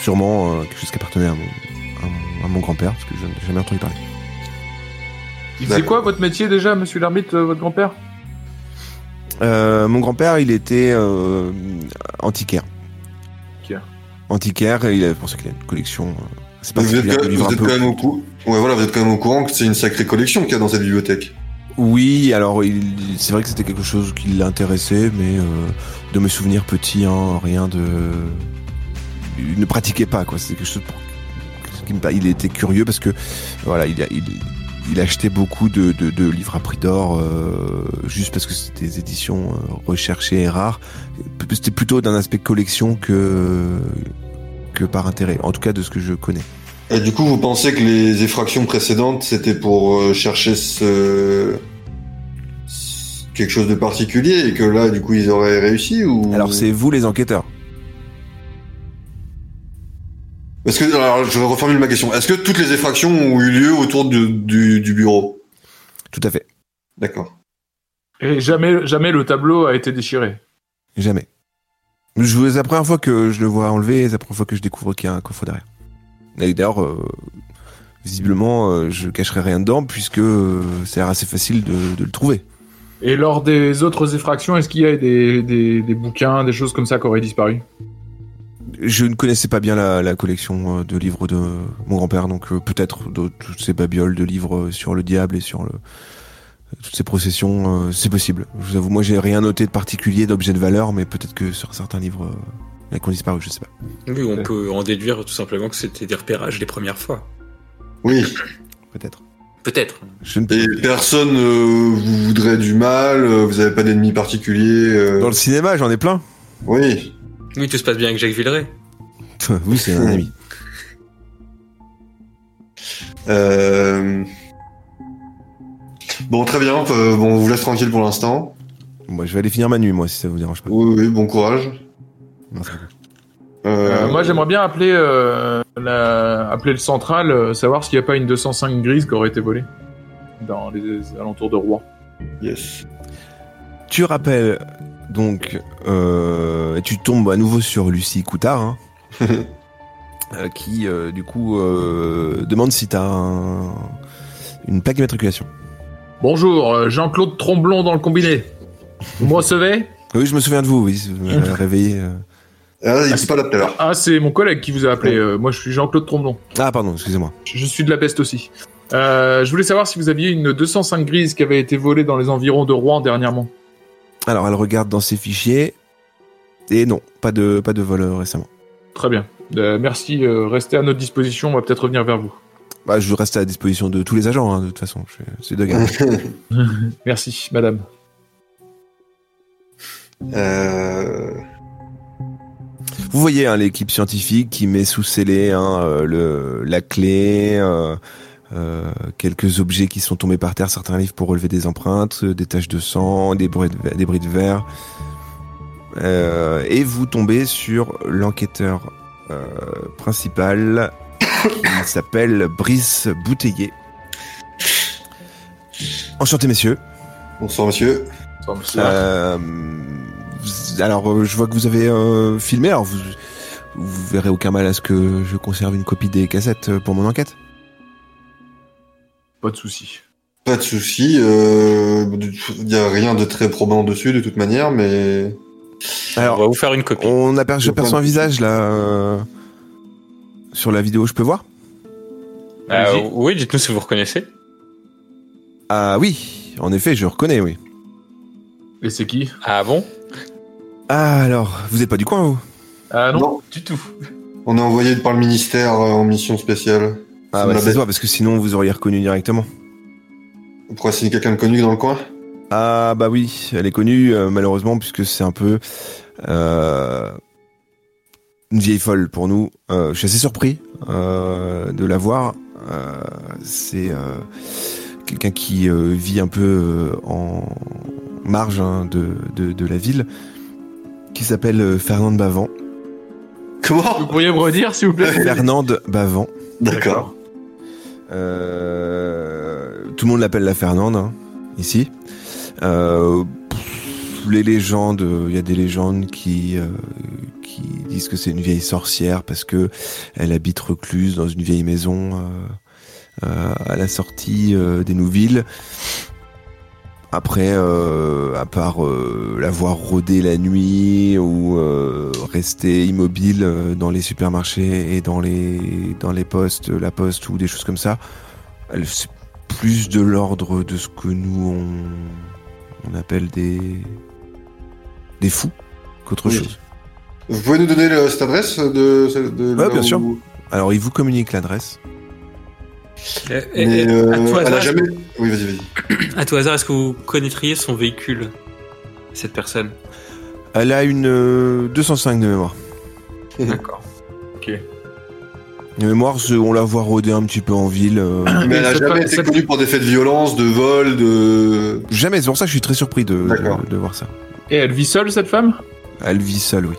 A: Sûrement euh, quelque chose qui appartenait à mon, à mon- à mon grand-père, parce que je n'ai jamais entendu parler.
C: Il faisait quoi votre métier déjà, monsieur l'arbitre, euh, votre grand-père
A: Euh, mon grand-père, il était euh, antiquaire.
C: Antiquaire.
A: Antiquaire, et il avait pour ça qu'il a une collection. euh, C'est
B: Vous êtes,
A: particulière
B: quand
A: de
B: même,
A: vivre
B: vous
A: un
B: êtes
A: peu.
B: quand même au cou- Ouais voilà, vous êtes quand même au courant que c'est une sacrée collection qu'il y a dans cette bibliothèque.
A: Oui, alors il- c'est vrai que c'était quelque chose qui l'intéressait, mais euh, de mes souvenirs petits, hein, rien de. Il ne pratiquait pas, quoi. C'était quelque chose pour- qui me par- Il était curieux parce que, voilà, il, a- il, il achetait beaucoup de, de- de livres à prix d'or, euh, juste parce que c'était des éditions euh, recherchées et rares. C'était plutôt d'un aspect collection que, que par intérêt, en tout cas de ce que je connais.
B: Et du coup, vous pensez que les effractions précédentes, c'était pour euh, chercher ce... ce- quelque chose de particulier et que là, du coup, ils auraient réussi ou
A: Alors, c'est vous les enquêteurs.
B: Parce que alors, je reformule ma question. Est-ce que toutes les effractions ont eu lieu autour du, du, du bureau
A: Tout à fait.
B: D'accord.
C: Et jamais, jamais le tableau a été déchiré.
A: Jamais. Je, c'est la première fois que je le vois enlevé, c'est la première fois que je découvre qu'il y a un coffre derrière. Et d'ailleurs, euh, visiblement, euh, je cacherai rien dedans puisque euh, ça a l'air assez facile de, de le trouver.
C: Et lors des autres effractions, est-ce qu'il y a des, des, des bouquins, des choses comme ça qui auraient disparu
A: Je ne connaissais pas bien la, la collection euh, de livres de mon grand-père, donc euh, peut-être de toutes ces babioles de livres euh, sur le diable et sur le euh, toutes ces processions, euh, c'est possible. Je vous avoue, moi j'ai rien noté de particulier d'objet de valeur, mais peut-être que sur certains livres, euh, il y en a qui ont disparu, je sais pas.
D: Oui, on
C: Ouais.
D: peut en déduire tout simplement que c'était des repérages les premières fois.
B: Oui.
A: Peut-être.
D: Peut-être.
A: Je ne
B: Et personne euh, vous voudrait du mal. euh, vous n'avez pas d'ennemis particuliers. euh,
A: Dans le cinéma, j'en ai plein.
B: Oui.
D: Oui, tout se passe bien avec Jacques Villeray.
A: <laughs> Oui, c'est un ami.
B: Euh... Bon, très bien. euh, bon, on vous laisse tranquille pour l'instant.
A: Moi, je vais aller finir ma nuit, moi, si ça vous dérange pas.
B: Oui, oui. Bon courage.
A: Non, ça va.
C: Euh, Moi, j'aimerais bien appeler, euh, la- appeler le central, euh, savoir s'il n'y a pas une 205 grise qui aurait été volée dans les alentours de Rouen.
B: Yes.
A: Tu rappelles donc, euh, et tu tombes à nouveau sur Lucie Coutard, hein, euh, qui euh, du coup euh, demande si t'as un- une plaque d'immatriculation.
C: Bonjour, euh, Jean-Claude Tromblon dans le combiné. Vous me recevez
A: Ah Oui, je me souviens de vous. Oui, vous m'avez réveillé. euh.
B: Ah, il dit pas là tout à l'heure.
C: Ah, c'est mon collègue qui vous a appelé. euh, moi, je suis Jean-Claude Tromblon.
A: Ah, pardon, excusez-moi.
C: Je je suis de la peste aussi. Euh, je voulais savoir si vous aviez une 205 grise qui avait été volée dans les environs de Rouen dernièrement.
A: Alors, elle regarde dans ses fichiers et non, pas de pas de vol euh, récemment.
C: Très bien. Euh, merci, euh, restez à notre disposition. On va peut-être revenir vers vous.
A: Bah, je reste à la disposition de tous les agents, hein, de toute façon. Je- C'est de garde.
C: Merci, madame.
B: Euh...
A: Vous voyez hein, l'équipe scientifique qui met sous scellé hein, euh, le, la clé, euh, euh, quelques objets qui sont tombés par terre, certains livres pour relever des empreintes, euh, des taches de sang, des bruits de, ver- des bruits de verre. Euh, et vous tombez sur l'enquêteur euh, principal qui s'appelle Brice Bouteiller. Enchanté messieurs.
B: Bonsoir monsieur.
C: Bonsoir, monsieur.
A: Euh, alors, euh, je vois que vous avez euh, filmé. Alors, vous, vous verrez aucun mal à ce que je conserve une copie des cassettes euh, pour mon enquête.
C: Pas de souci.
B: Pas de souci. euh, Il n'y a rien de très probant dessus de toute manière, mais
A: Alors,
D: On va vous faire une copie.
A: On aperçoit,
B: Je
A: j'aperçois
B: vois.
A: un visage là euh, sur la vidéo, je peux voir
D: Euh,
C: Allez-y.
D: oui, dites-nous si vous reconnaissez.
A: Ah oui, en effet, je reconnais, oui.
C: Et c'est qui
D: Ah bon
A: Ah alors, vous êtes pas du coin vous
C: Ah non,
B: Non.
C: du tout.
B: on est envoyé par le ministère euh, en mission spéciale.
A: Ah bah
B: Ça me
A: c'est
B: l'avait.
A: toi parce que sinon vous auriez reconnu directement.
B: Pourquoi c'est quelqu'un de connu dans le coin
A: Ah bah oui, elle est connue euh, malheureusement puisque c'est un peu euh, une vieille folle pour nous. Euh, je suis assez surpris euh, de la voir. Euh, c'est euh, quelqu'un qui euh, vit un peu euh, en marge hein, de, de, de la ville, qui s'appelle euh, Fernande Bavant.
C: Vous
B: Comment
C: pourriez me redire, s'il vous plaît
A: Fernande Bavant.
B: D'accord.
A: Euh, tout le monde l'appelle la Fernande hein, ici. Euh, pff, les légendes, euh, il y a des légendes qui euh, qui disent que c'est une vieille sorcière parce que elle habite recluse dans une vieille maison euh, euh, à la sortie euh, des Nouvelles. Après, euh, à part euh, la voir rôder la nuit ou euh, rester immobile euh, dans les supermarchés et dans les dans les postes, la poste ou des choses comme ça, elle- c'est plus de l'ordre de ce que nous on, on appelle des des fous qu'autre
B: Oui.
A: chose.
B: Vous pouvez nous donner le- cette adresse de, celle- de
A: Ouais,
B: là
A: bien
B: où-
A: sûr. Alors, ils vous communiquent l'adresse.
D: Euh,
B: Mais euh,
D: euh, à tout
B: elle a
D: hasard,
B: jamais. Oui, vas-y, vas-y.
D: à tout hasard, est-ce que vous connaîtriez son véhicule Cette personne
A: Elle a une euh, 205 de mémoire.
D: D'accord.
A: De mémoire, c'est- on la voit rôder un petit peu en ville. euh, <clears throat>
B: Mais elle a
C: cette
B: jamais
C: fois-
B: été
C: cette-
B: connue pour des faits de violence, de vol, de.
A: jamais, c'est pour ça que je suis très surpris de,
B: D'accord.
A: de, de voir ça.
C: Et elle vit seule, cette femme
A: Elle vit seule, oui.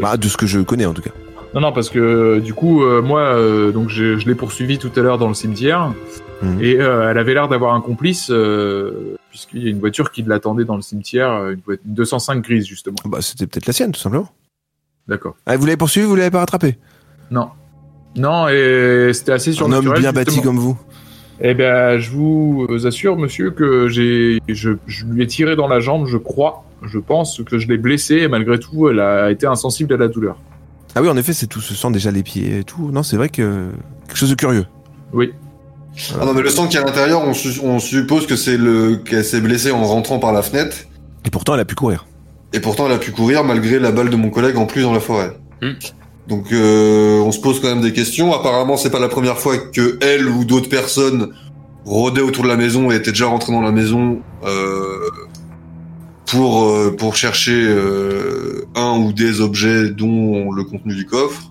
A: Bah, de ce que je connais en tout cas.
C: Non, non, parce que euh, du coup, euh, moi, euh, donc je, je l'ai poursuivie tout à l'heure dans le cimetière,
A: Mhm.
C: et euh, elle avait l'air d'avoir un complice, euh, puisqu'il y a une voiture qui l'attendait dans le cimetière, euh, une, voit- une 205 grise justement.
A: Bah, c'était peut-être la sienne, tout simplement.
C: D'accord.
A: Ah, vous l'avez poursuivi, vous l'avez pas rattrapé.
C: Non, et c'était assez
A: Un homme
C: surnaturel.
A: bien bâti
C: justement.
A: comme vous.
C: Eh ben, je vous assure, monsieur, que j'ai, je, je lui ai tiré dans la jambe, je crois, je pense que je l'ai blessée, et malgré tout, elle a été insensible à la douleur.
A: Ah oui, en effet, c'est tout, se sent déjà les pieds et tout. Non, c'est vrai que. Quelque chose de curieux.
C: Oui.
B: Ah non, mais le sang qui est à l'intérieur, on, su- on suppose que c'est le qu'elle s'est blessée en rentrant par la fenêtre,
A: Et pourtant, elle a pu courir.
B: et pourtant elle a pu courir malgré la balle de mon collègue en plus dans la forêt.
D: Hmm.
B: Donc euh, on se pose quand même des questions. Apparemment, c'est pas la première fois que elle ou d'autres personnes rôdaient autour de la maison et étaient déjà rentrées dans la maison euh, pour euh, pour chercher euh, un ou des objets dont le contenu du coffre.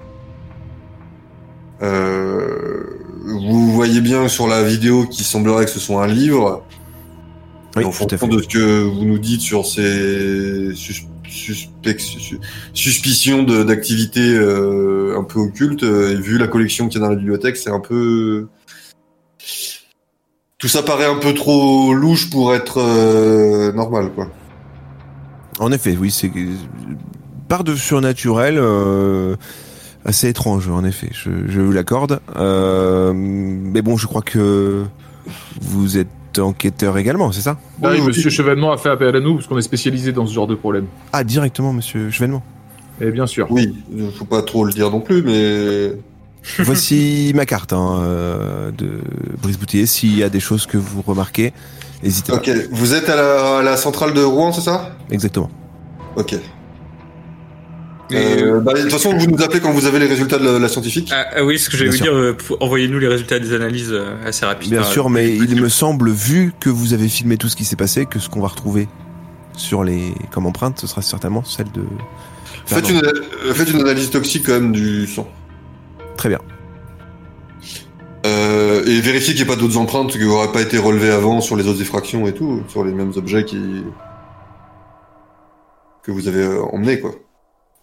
B: Euh, vous voyez bien sur la vidéo qu'il semblerait que ce soit un livre.
A: Oui,
B: Et en
A: tout à fait.
B: fonction de ce que vous nous dites sur ces sus- suspects- sus- suspicions de- d'activités euh, un peu occultes, euh, et vu la collection qu'il y a dans la bibliothèque, c'est un peu... Tout ça paraît un peu trop louche pour être euh, normal, quoi.
A: En effet, oui, c'est part de surnaturel euh, assez étrange. En effet, je, je vous l'accorde. Euh, mais bon, je crois que vous êtes enquêteur également, c'est ça
C: Ah oui,
B: Oui,
C: monsieur Chevènement a fait appel à nous, parce qu'on est spécialisé dans ce genre de problème.
A: Ah, directement, Monsieur
B: <laughs>
A: Chevènement.
C: Et bien sûr.
B: Oui, faut pas trop le dire non plus, mais...
A: Voici ma carte hein, euh, de Brice Boutillier. S'il y a des choses que vous remarquez, n'hésitez
B: Ok, vous êtes à la, à la centrale de Rouen, c'est ça
A: pas. Exactement.
B: Ok.
D: Et,
B: Euh, bah, de toute façon, vous nous appelez quand vous avez les résultats de la, la scientifique.
D: Ah, ah oui, ce que j'allais vous
A: Bien
D: dire, euh, pour- envoyez-nous les résultats des analyses euh, assez rapidement.
A: Bien sûr, mais il me semble, vu que vous avez filmé tout ce qui s'est passé, que ce qu'on va retrouver sur les comme empreinte, ce sera certainement celle de.
B: Faites
A: Pardon.
B: une, euh, faites une analyse toxique quand même du sang.
A: Très bien.
B: Euh, et vérifiez qu'il n'y ait pas d'autres empreintes qui n'auraient pas été relevées avant sur les autres effractions et tout, sur les mêmes objets qui... que vous avez euh, emmenés, quoi.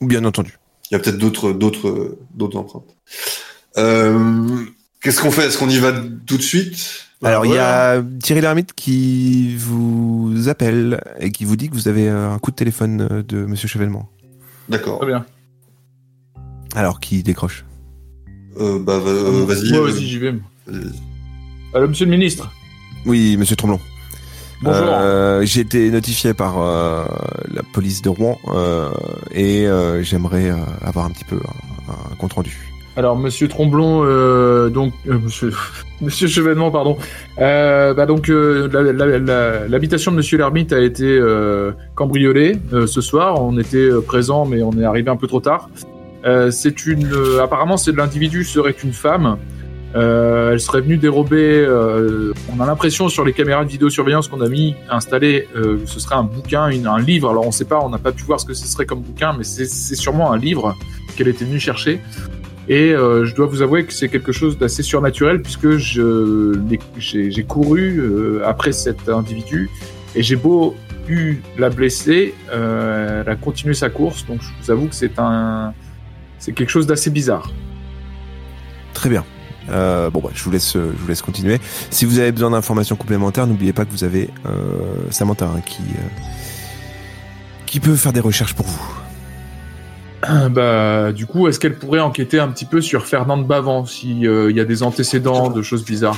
A: Bien entendu.
B: Il y a peut-être d'autres, d'autres, euh, d'autres empreintes. Euh, qu'est-ce qu'on fait Est-ce qu'on y va tout de suite
A: Alors, il y a Thierry Lhermitte qui vous appelle et qui vous dit que vous avez euh, un coup de téléphone euh, de Monsieur Chevènement.
B: D'accord.
C: Très bien.
A: Alors, qui décroche
B: Euh, bah, va- euh, vas-y.
C: Moi
B: euh,
C: aussi, j'y vais.
B: vas-y, vas-y.
C: Alors, monsieur le ministre,
A: Oui, Monsieur Tromblon.
C: bonjour.
A: Euh, J'ai été notifié par euh, la police de Rouen euh, et euh, j'aimerais euh, avoir un petit peu un, un compte rendu.
C: Alors, monsieur Tromblon, euh, donc, euh, monsieur, <laughs> monsieur Chevènement, pardon. Euh, bah donc, euh, la- la- la- l'habitation de monsieur l'ermite a été euh, cambriolée euh, ce soir. On était euh, présents, mais on est arrivé un peu trop tard. Euh, c'est une, euh, apparemment, c'est l'individu serait une femme. Euh, elle serait venue dérober. euh, on a l'impression sur les caméras de vidéosurveillance qu'on a mis installées, euh, ce serait un bouquin, une- un livre. Alors on ne sait pas, on n'a pas pu voir ce que ce serait comme bouquin, mais c'est c'est sûrement un livre qu'elle était venue chercher. Et euh, je dois vous avouer que c'est quelque chose d'assez surnaturel puisque je l'ai- j'ai j'ai couru euh, après cet individu et j'ai beau eu la blesser, euh, elle a continué sa course. Donc je vous avoue que c'est un, c'est quelque chose d'assez bizarre.
A: Très bien. Euh, bon, bah, je vous laisse, euh, je vous laisse continuer. Si vous avez besoin d'informations complémentaires, n'oubliez pas que vous avez euh, Samantha hein, qui euh, qui peut faire des recherches pour vous.
C: Bah du coup, est-ce qu'elle pourrait enquêter un petit peu sur Fernande Bavant si euh, il y a des antécédents de choses bizarres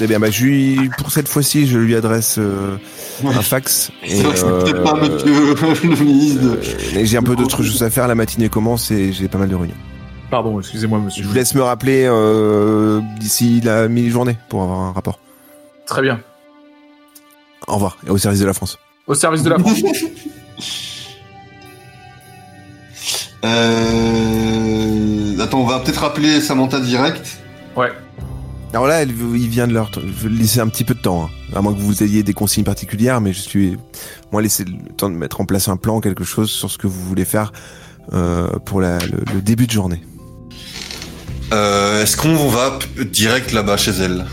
A: Eh bien, bah, je lui, pour cette fois-ci, je lui adresse euh, un
B: <laughs>
A: fax. et,
B: C'est vrai que c'est
A: euh,
B: peut-être pas monsieur <laughs> le ministre.
A: euh, et j'ai un peu d'autres choses à faire. La matinée commence et j'ai pas mal de réunions.
C: Pardon, excusez-moi,
A: Je
C: monsieur.
A: vous laisse me rappeler euh, d'ici la mi-journée pour avoir un rapport.
C: Très bien.
A: Au revoir et au service de la France.
C: Au service de la France.
B: <laughs> Euh... Attends, on va peut-être rappeler Samantha direct.
C: Ouais.
A: Alors là, elle- il vient de leur de laisser un petit peu de temps, hein. à moins que vous ayez des consignes particulières, mais je suis moi laisser le temps de mettre en place un plan, quelque chose sur ce que vous voulez faire euh, pour la- le, le début de journée.
B: Euh, Est-ce qu'on va p- direct là-bas chez elle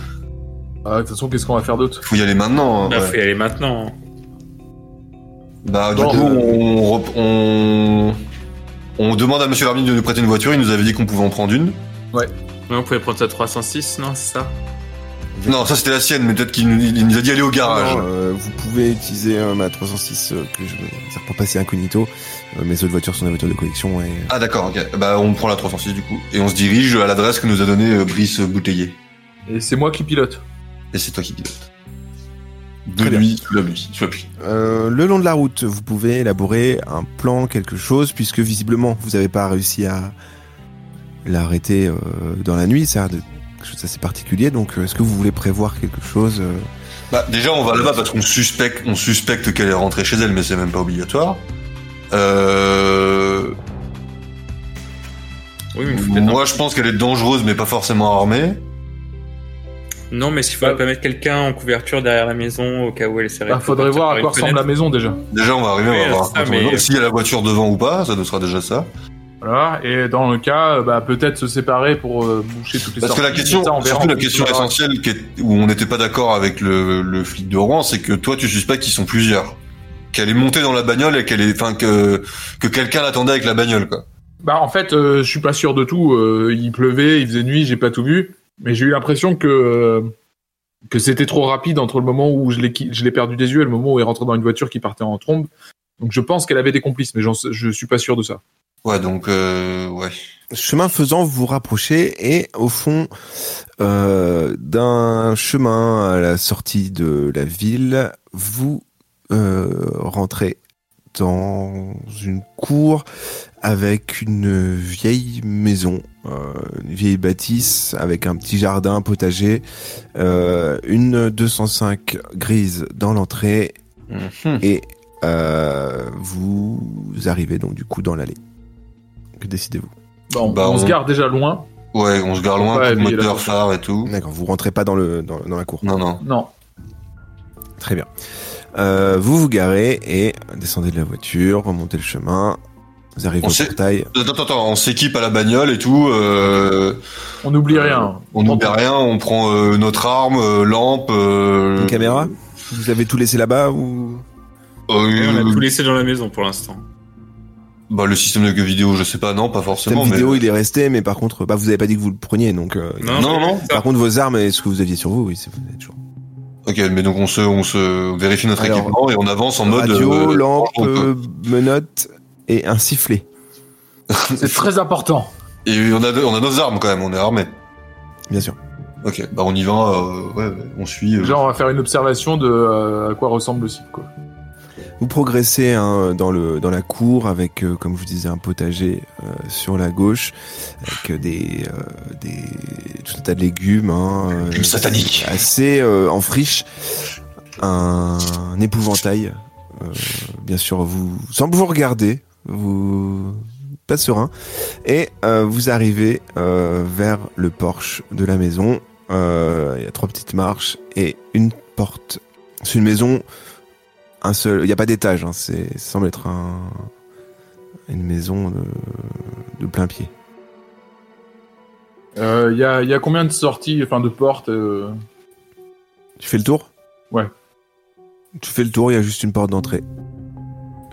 C: Ah, de toute façon, qu'est-ce qu'on va faire d'autre
B: Faut y aller maintenant. hein,
D: Bah,
B: ouais.
D: faut y aller maintenant.
B: Bah, du
C: Non,
B: coup,
C: euh,
B: on, rep- on... on demande à Monsieur Larmine de nous prêter une voiture. Il nous avait dit qu'on pouvait en prendre une.
D: Ouais, on pouvait prendre sa 306, non, c'est ça
B: Non, ça c'était la sienne, mais peut-être qu'il nous, il nous a dit aller au garage.
A: Euh, vous pouvez utiliser euh, ma 306 euh, que je vais dire pour passer incognito. Euh, mes autres voitures sont des voitures de collection et euh,
B: Ah d'accord, ok. Bah on prend la 306 du coup et on se dirige à l'adresse que nous a donnée euh, Brice Bouteiller.
C: Et c'est moi qui pilote.
B: Et c'est toi qui pilote.
A: Très
B: De
A: bien.
B: nuit, sous la pluie, sous la pluie.
A: Euh, le long de la route, vous pouvez élaborer un plan, quelque chose, puisque visiblement vous n'avez pas réussi à l'arrêter euh, dans la nuit. C'est un de- quelque chose d'assez particulier. Donc, euh, est-ce que vous voulez prévoir quelque chose euh,
B: Bah déjà on va là-bas parce qu'on suspecte, on suspecte qu'elle est rentrée chez elle, mais c'est même pas obligatoire. Euh...
D: Oui, mais il faut peut-être-
B: Moi je pense qu'elle est dangereuse, mais pas forcément armée.
D: Non, mais est-ce qu'il faudrait pas mettre quelqu'un en couverture derrière la maison au cas où elle serait.
C: Bah, faudrait voir à quoi ressemble la maison déjà.
B: Déjà on va arriver,
D: Oui,
B: on va voir
D: c'est ça, mais-
B: s'il y a la voiture devant ou pas, ça nous sera déjà ça.
C: Voilà, et dans le cas, euh, bah, peut-être se séparer pour euh, boucher toutes les
B: Parce que la
C: sorties,
B: question,
C: ça, on verra
B: surtout la
C: en
B: question
C: fonction de la-
B: essentielle qui est- où on n'était pas d'accord avec le, le flic de Rouen, c'est que toi tu suspectes qu'ils sont plusieurs, qu'elle est montée dans la bagnole et qu'elle est, enfin que que quelqu'un l'attendait avec la bagnole quoi.
C: Bah, en fait, euh, je suis pas sûr de tout. euh, il pleuvait, il faisait nuit, j'ai pas tout vu. Mais j'ai eu l'impression que, euh, que c'était trop rapide entre le moment où je l'ai qui- je l'ai perdu des yeux et le moment où elle est rentrée dans une voiture qui partait en trombe. Donc je pense qu'elle avait des complices, mais j'en sais- je suis pas sûr de ça.
B: Ouais donc euh, ouais.
A: Chemin faisant, vous vous rapprochez et au fond euh, d'un chemin à la sortie de la ville, vous euh, rentrez dans une cour avec une vieille maison, euh, une vieille bâtisse avec un petit jardin potager, euh, une 205 grise dans l'entrée et euh, vous arrivez donc du coup dans l'allée. Que décidez-vous
C: Bon,
B: Bah,
C: on,
B: on-
C: se garde déjà loin.
B: Ouais on se gare loin,
C: Ouais,
B: coup de
C: mais il y a la
B: moteur
C: voiture.
B: phare et tout.
A: D'accord, vous rentrez pas dans, le, dans, dans la cour.
B: Non non.
C: Non.
A: Très bien. Euh, vous vous garez et descendez de la voiture, remontez le chemin. Vous arrivez
B: On
A: au
B: sait-
A: portail.
B: Attends attends, attends, on s'équipe à la bagnole et tout. Euh,
C: On n'oublie rien.
B: on n'oublie rien, on prend euh, notre arme, euh, lampe. euh,
A: Une caméra Vous avez tout laissé là-bas ou
B: euh,
D: On a tout laissé dans la maison pour l'instant.
B: Bah, le système de jeux vidéo, je sais pas, non, pas
A: Cette
B: forcément. mais-
A: vidéo, il est resté, mais par contre, bah, vous avez pas dit que vous le preniez, donc. euh,
D: Non,
B: Non, non.
A: Par contre, vos armes et ce que vous aviez sur vous, oui, c'est vous avez toujours.
B: Ok, mais donc on se, on se on vérifie notre
A: Alors,
B: équipement et on avance en mode.
A: Radio,
B: euh,
A: lampe,
B: on peut-
A: euh, menottes et un sifflet,
C: C'est très important.
B: Et on a, on a nos armes quand même, on est armés.
A: bien sûr.
B: Ok, bah on y va, euh, ouais, on suit. euh.
C: Genre, on va faire une observation de euh, à quoi ressemble le site, quoi.
A: Vous progressez hein, dans, le, dans la cour avec, euh, comme je vous disais, un potager euh, sur la gauche, avec euh, des, euh, des, tout un tas de légumes. Hein, euh,
B: Légumes sataniques.
A: Assez euh, en friche. Un, un épouvantail. euh, bien sûr, vous semble vous regarder. Vous pas serein. Et euh, vous arrivez euh, vers le porche de la maison. Euh, Il y a trois petites marches et une porte. C'est une maison un seul. Il n'y a pas d'étage. Hein, c'est ça semble être un, une maison de, de plein pied.
C: Il Euh, y, a, y a combien de sorties, enfin de portes euh,
A: Tu fais le tour
C: Ouais.
A: Tu fais le tour. Il y a juste une porte d'entrée.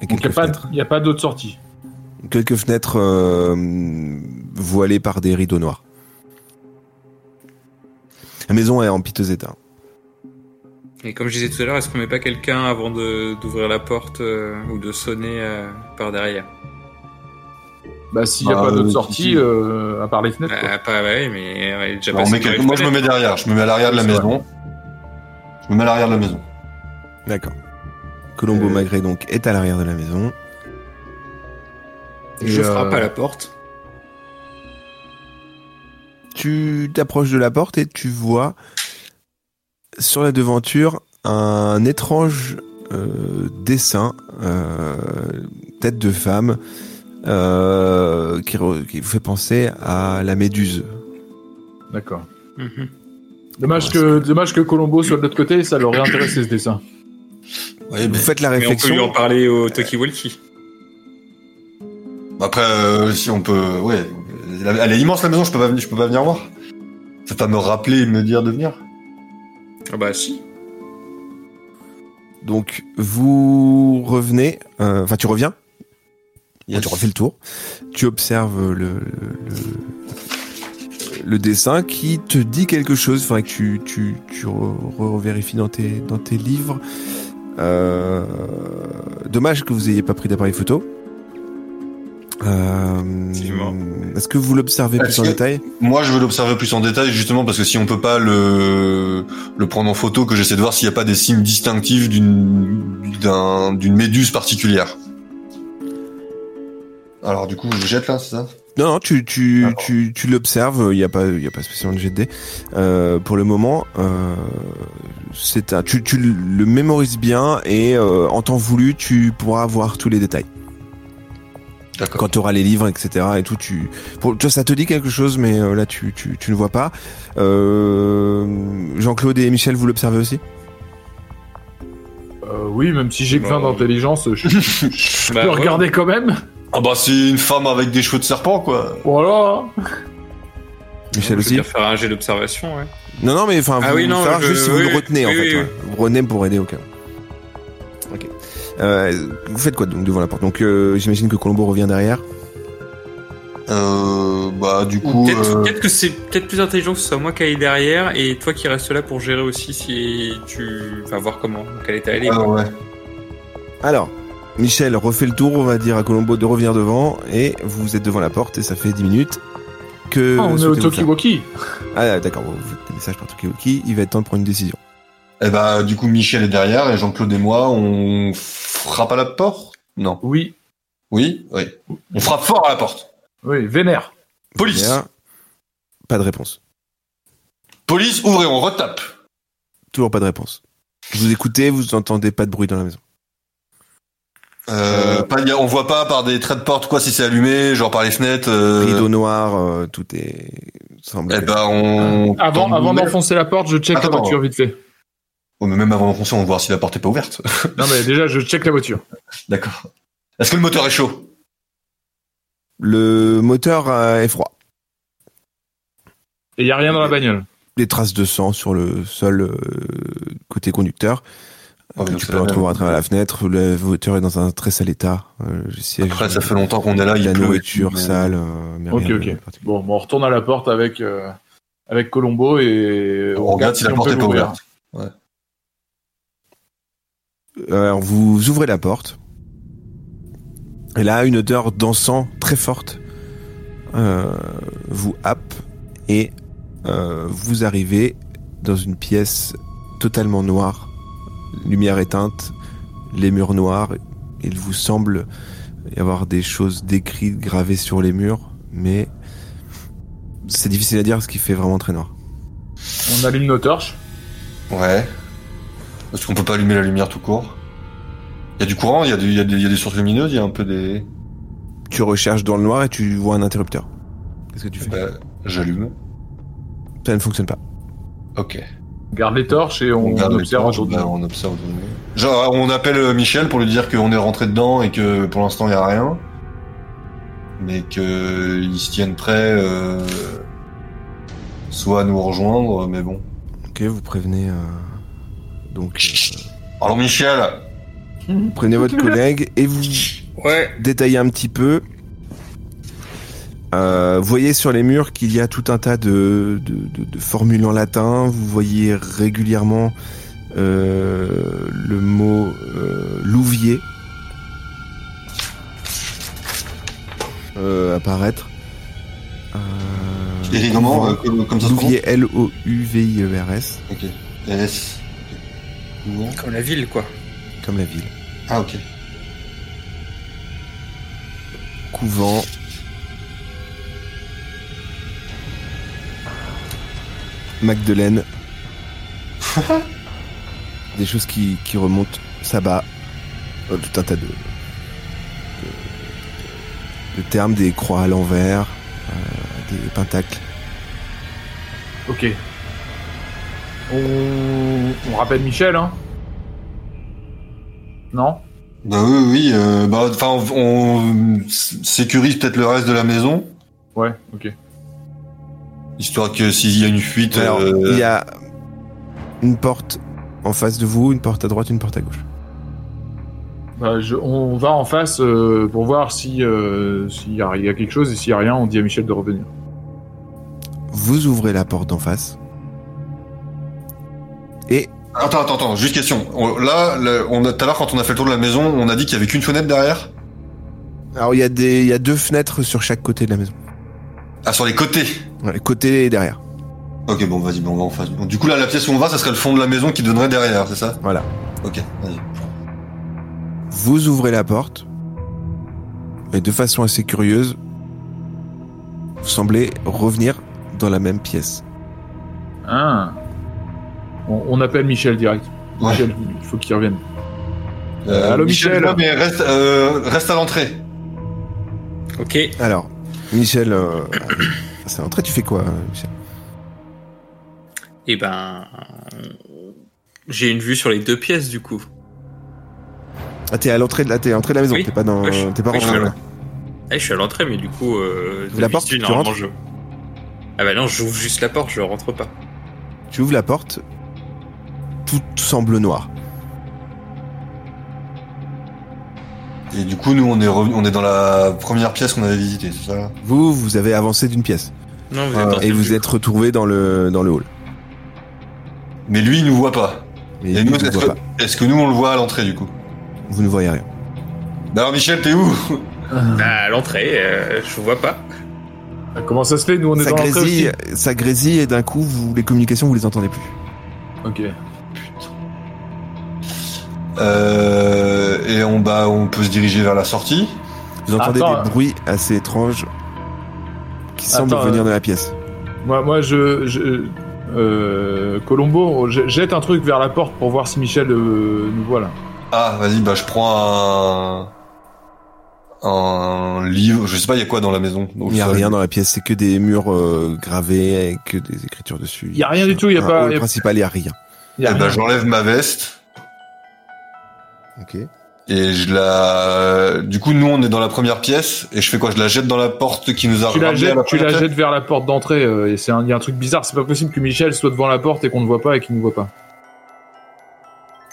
A: Et
C: Donc, il
A: quelques
C: n'y a,
A: fenêtres.
C: pas- y a pas d'autres sorties.
A: Quelques fenêtres euh, voilées par des rideaux noirs. La maison est en piteux état.
D: Et comme je disais tout à l'heure, est-ce qu'on met pas quelqu'un avant de- d'ouvrir la porte euh, ou de sonner euh, par derrière
C: Bah, s'il n'y a
B: Bah,
C: pas
B: euh,
C: d'autres
B: si,
C: sorties,
B: si.
C: euh, à part les fenêtres, quoi.
D: Bah, Pas ouais, mais ouais, déjà
B: Alors, Bah, on met
D: passé par les
B: quelqu'un- moi je me
D: fenêtres.
B: mets derrière, je me mets à l'arrière de la
D: C'est
B: maison. Je me mets à l'arrière de la maison.
A: D'accord. Colombo
C: Euh.
A: Magré donc est à l'arrière de la maison.
D: Je
C: Et, euh,
D: frappe à la porte.
A: Tu t'approches de la porte et tu vois sur la devanture un étrange euh, dessin, euh, tête de femme, euh, qui, re- qui vous fait penser à la méduse.
C: euh, D'accord.
D: Mhm.
C: Dommage que, dommage que Colombo soit de l'autre côté, ça l'aurait intéressé ce dessin.
B: Ouais,
A: vous
B: mais-
A: faites la
D: Mais on peut
A: réflexion.
D: lui en parler au Toki Walkie.
B: Après, euh, si on peut, ouais, la- elle est immense la maison. Je peux pas venir, je peux pas venir voir. Faut pas me rappeler et me dire de venir.
D: Ah bah si.
A: Donc vous revenez, euh, enfin tu reviens, tu refais le tour, tu observes le, le, le- le dessin qui te dit quelque chose, enfin que tu, tu, tu re- re- revérifies dans tes, dans tes livres. Euh, dommage que vous ayez pas pris d'appareil photo. Euh,
D: Effectivement.
A: Est-ce que vous l'observez plus
B: Est-ce
A: en
B: que-
A: détail
B: Moi, je veux l'observer plus en détail, justement, parce que si on peut pas le, le prendre en photo, que j'essaie de voir s'il n'y a pas des signes distinctifs d'une, d'un, d'une méduse particulière. Alors, du coup, je jette là, c'est ça
A: Non, non, tu, tu,
B: Alors.
A: tu, tu l'observes, il n'y a, pas- il y a pas spécialement de jet de dés. Euh, pour le moment, euh, c'est un, tu, tu le mémorises bien et euh, en temps voulu, tu pourras voir tous les détails.
B: D'accord.
A: Quand tu auras les livres, etc. et tout, tu, pour, tu vois, ça te dit quelque chose, mais euh, là, tu, tu, tu ne vois pas. Euh, Jean-Claude et Michel, vous l'observez aussi
C: Euh, oui, même si j'ai que 20
D: Bah,
C: d'intelligence, je, je
D: Bah,
C: peux
D: ouais.
C: regarder quand même.
B: Ah bah, c'est une femme avec des cheveux de serpent, quoi.
C: Voilà.
D: Euh,
A: Michel
D: Je veux
A: aussi
D: bien faire un jet d'observation, ouais.
A: Non, non, mais enfin,
D: Ah
A: vous,
D: oui, non,
A: faut savoir
D: je-
A: juste si vous
D: oui,
A: le retenez, en
D: oui,
A: fait.
D: oui.
A: ouais. Vous retenez pour aider au cas où. Ok. Euh, vous faites quoi, donc, devant la porte Donc, euh, j'imagine que Colombo revient derrière.
B: Euh, bah, du
D: Ou
B: coup,
D: Peut-être
B: euh,
D: peut-être que c'est peut-être plus intelligent que ce soit moi qui aille derrière et toi qui reste là pour gérer aussi si tu. Enfin, voir comment, dans quel état elle est.
B: ah,
D: quoi.
B: ouais.
A: Alors, Michel refait le tour, on va dire à Colombo de revenir devant, et vous êtes devant la porte, et ça fait 10 minutes que...
C: Ah, on est au
A: souhaitez-vous faire
C: Tokiwoki.
A: Ah, d'accord, vous faites des messages par Tokiwoki, il va être temps de prendre une décision.
B: Eh bah, du coup, Michel est derrière et Jean-Claude et moi, on frappe à la porte? Non.
C: Oui.
B: Oui? Oui. On frappe fort à la porte.
C: Oui, vénère.
B: Police.
A: Bien. Pas de réponse.
B: Police, ouvrez, on retape.
A: Toujours pas de réponse. Vous écoutez, vous entendez pas de bruit dans la maison.
B: Euh, pas, y a- on voit pas par des traits de porte quoi si c'est allumé, genre par les fenêtres. euh,
A: Rideau noir, euh, tout est... semble...
B: Eh ben on.
C: Ah. Avant,
B: on-
C: avant d'enfoncer la porte, je check
B: Attends,
C: la voiture vite fait.
B: Oh, mais même avant d'enfoncer, on va voir si la porte est pas ouverte. <laughs>
C: Non, mais déjà, je check la voiture.
B: D'accord. Est-ce que le moteur est chaud
A: Le moteur euh, est froid.
C: Et il n'y a rien dans la bagnole.
A: des traces de sang sur le sol euh, côté conducteur.
B: Ah, mais
A: tu
B: ça-
A: peux le retrouver à travers la fenêtre. Le voiture est dans un très sale état. Euh, le siège,
B: Après, ça fait longtemps qu'on est là, il
A: la
B: pleut.
A: nourriture
B: Mais-
A: sale. euh, mais
C: Ok,
A: rien de
C: ok.
A: particulier.
C: Bon, bon, on retourne à la porte avec, euh, avec Colombo et
B: On regarde si la
C: on
B: porte
C: peut
B: est pas
C: l'ouvrir.
B: ouverte.
A: Euh, Alors vous ouvrez la porte. Et là, une odeur d'encens très forte euh, vous happe et euh, vous arrivez dans une pièce totalement noire, lumière éteinte, les murs noirs. Il vous semble y avoir des choses décrites, gravées sur les murs, mais c'est difficile à dire ce qui fait vraiment très noir.
C: On allume nos torches.
B: Ouais. Est-ce qu'on peut pas allumer la lumière tout court Il y a du courant, il y, a du- il y a des il y a des sources lumineuses, il y a un peu des.
A: Tu recherches dans le noir et tu vois un interrupteur. Qu'est-ce que tu fais
B: Bah, J'allume.
A: Ça ne fonctionne pas.
B: Ok.
C: On garde les torches et on,
B: garde les
C: observe
B: planches,
C: aujourd'hui.
B: bah, on observe aujourd'hui. Genre, on appelle euh, Michel pour lui dire qu'on est rentré dedans et que pour l'instant il n'y a rien. Mais qu'ils se tiennent prêts euh, soit à nous rejoindre, mais bon.
A: Ok, vous prévenez. euh, Donc, euh,
B: Alors Michel,
A: vous prévenez votre collègue et vous
D: Ouais.
A: détaillez un petit peu. Euh, vous voyez sur les murs qu'il y a tout un tas de, de, de- de formules en latin. Vous voyez régulièrement euh, le mot euh, louvier euh, apparaître. Euh,
B: et comment, euh, comme, comme ça se
A: Louvier, E L-O-U-V-I-E-R-S,
B: prononce Ok. S. Couvent.
D: Comme la ville, quoi.
A: comme la ville.
B: Ah ok.
A: couvent. Magdeleine. Des choses qui, qui remontent, ça bat. Euh, tout un tas de, de, de termes, des croix à l'envers, euh, des pentacles.
C: Ok. On... on rappelle Michel, hein Non
B: Bah oui, oui, euh, bah enfin on, on s- sécurise peut-être le reste de la maison,
C: Ouais, ok.
B: histoire que s'il y a une fuite,
A: Alors,
B: euh,
A: il y a une porte en face de vous, une porte à droite, une porte à gauche.
C: Bah, je- on va en face euh, pour voir si euh, s'il y, a- il y a quelque chose et s'il y a rien, on dit à Michel de revenir.
A: Vous ouvrez la porte d'en face. Et
B: Attends, attends, attends, juste question. On- là, le- on a- tout à l'heure, quand on a fait le tour de la maison, on a dit qu'il y avait qu'une fenêtre derrière
A: alors il y a des il y a deux fenêtres sur chaque côté de la maison.
B: Ah, sur les côtés
A: Ouais, côté et derrière.
B: Ok, bon, vas-y, bon, on va en face. Bon, du coup, là, la pièce où on va, ça serait le fond de la maison qui donnerait derrière, c'est ça
A: Voilà.
B: Ok, vas-y.
A: Vous ouvrez la porte. Et de façon assez curieuse, vous semblez revenir dans la même pièce.
C: Hein on, on appelle Michel direct.
B: Ouais.
C: Michel, il faut qu'il revienne.
B: Euh,
C: Allô, Michel
B: ouais, mais reste, euh, reste à l'entrée.
D: Ok.
A: Alors, Michel, euh, <coughs> c'est l'entrée, tu fais quoi, euh, Michel
D: Eh ben, euh, j'ai une vue sur les deux pièces du coup.
A: Ah, t'es à l'entrée de la, t'es à l'entrée de la maison,
D: Oui.
A: t'es pas dans,
D: Oui, je-
A: Euh, t'es pas
D: oui, je
A: rentré.
D: suis là. Eh, je suis à l'entrée, mais du coup, euh,
A: Vous la
D: d'habitude,
A: porte, tu
D: normalement,
A: rentres
D: je... Ah bah non, j'ouvre juste la porte, je rentre pas.
A: Tu ouvres la porte, tout semble noir.
B: Et du coup, nous, on est, revenu- on est dans la première pièce qu'on avait visitée, c'est ça
A: Vous, vous avez avancé d'une pièce
D: Non, vous
B: Ah,
D: êtes dans
A: et
D: une
A: vous
D: vue.
A: êtes retrouvé dans le dans le hall.
B: Mais lui, il nous voit pas.
A: Mais
B: Et,
A: vous
B: nous,
A: ne
B: est-ce
A: voyez
B: que,
A: pas.
B: est-ce que nous, on le voit à l'entrée, du coup
A: Vous ne voyez rien.
B: Bah, Alors, Michel, t'es où
D: Bah, à l'entrée, euh, je vois pas.
C: Comment ça se fait Nous, on est
A: ça
C: dans l'entrée aussi.
A: grésille, ça grésille et d'un coup, vous les communications, vous les entendez plus.
C: Ok.
B: euh, Et on, bah, on peut se diriger vers la sortie.
A: Vous entendez
C: Attends.
A: des bruits assez étranges qui semblent
C: Attends,
A: venir
C: euh.
A: de la pièce.
C: Moi, moi je. je- euh, Colombo, je- jette un truc vers la porte pour voir si Michel euh, nous voit là.
B: Ah, vas-y, bah je prends un... un livre. Je sais pas, il y a quoi dans la maison au
A: Il n'y a
B: sol
A: rien dans la pièce, c'est que des murs euh, gravés avec que des écritures dessus.
C: Il y a rien du tout, il y a
A: Un
C: pas-
A: hall
C: il y a-
A: principal, il n'y a rien.
C: Y a
B: Eh bah,
C: rien.
B: j'enlève ma veste
A: Ok.
B: et je la. Du coup, nous, on est dans la première pièce et je fais quoi Je la jette dans la porte qui nous a
C: Tu la
B: ramenés à
C: jettes,
B: la
C: tu la
B: première pièce
C: jettes vers la porte d'entrée. euh, et c'est un, y a un truc bizarre. C'est pas possible que Michel soit devant la porte et qu'on ne voit pas et qu'il ne voit pas.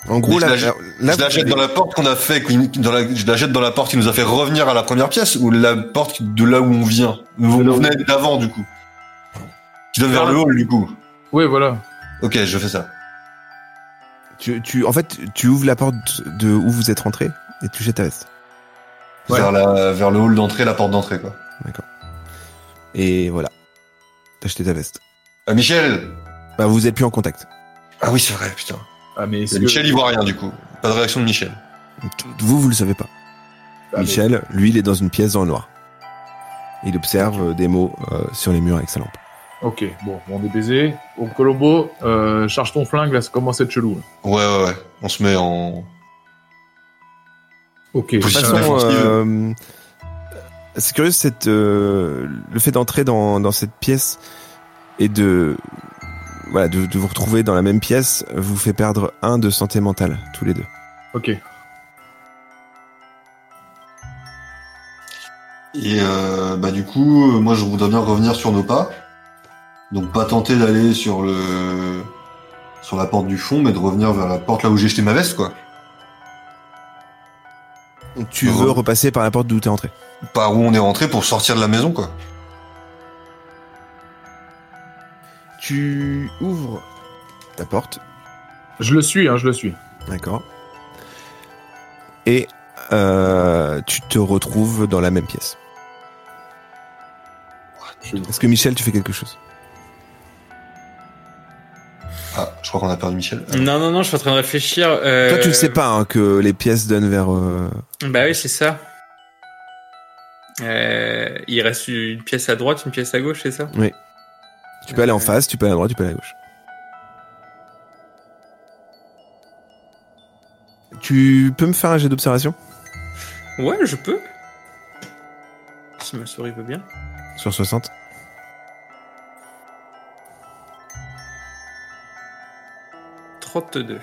A: En gros,
B: Mais je
A: là,
B: la-
A: alors, là,
B: je la
A: vous
B: jette
A: avez-
B: dans la porte qu'on a fait, qui- dans la, je la jette dans la porte qui nous a fait revenir à la première pièce ou la porte de là où on vient, où
C: là
B: on
C: où-
B: venait d'avant du coup, qui donne vers
D: Vers
B: le hall du coup.
C: Ouais, voilà.
B: Ok, je fais ça.
A: tu, tu- en fait, tu ouvres la porte de où vous êtes rentré et tu jettes ta veste.
C: Ouais.
B: Vers la, vers le hall d'entrée, la porte d'entrée quoi.
A: Et voilà. T'as jeté ta veste.
B: Ah, Michel.
A: Bah, vous êtes plus en contact.
B: Ah oui, c'est vrai, putain.
C: Ah, mais est-ce que-
B: Michel, il voit rien du coup. Pas de réaction de Michel.
A: Vous, vous le savez pas.
C: Ah, mais-
A: Michel, lui, il est dans une pièce dans le noir. Il observe euh, des mots euh, sur les murs avec sa lampe.
C: Ok, bon, on est baisé. Au Colombo, euh, charge ton flingue, là, ça commence à être chelou.
B: Ouais, ouais, ouais. On se met en.
C: Ok.
A: De toute
B: Position
A: façon,
B: défensive.
A: euh, c'est curieux, cette, euh, le fait d'entrer dans, dans cette pièce et de, voilà, de, de vous retrouver dans la même pièce vous fait perdre un de santé mentale, tous les deux.
C: Ok.
B: Et euh, bah du coup, euh, moi je voudrais bien revenir sur nos pas. Donc pas tenter d'aller sur le sur la porte du fond, mais de revenir vers la porte là où j'ai jeté ma veste, quoi.
A: Tu
B: Mhm.
A: veux repasser par la porte d'où t'es entré.
B: Par où on est rentré pour sortir de la maison, quoi.
A: Tu ouvres ta porte
C: Je le suis, hein, je le suis.
A: D'accord. Et euh, tu te retrouves dans la même pièce. Est-ce que Michel, tu fais quelque chose
B: Ah, je crois qu'on a perdu Michel. Ah.
D: Non, non, non, je suis en train de réfléchir. euh,
A: Toi, tu ne sais pas hein, que les pièces donnent vers. euh,
D: Bah oui, c'est ça. Euh, il reste une pièce à droite, une pièce à gauche, c'est ça
A: Tu peux aller
D: Euh.
A: en face, tu peux aller à droite, tu peux aller à gauche. Tu peux me faire un jet d'observation
D: Ouais, je peux. Si ma souris veut bien.
A: sur 60
D: 32.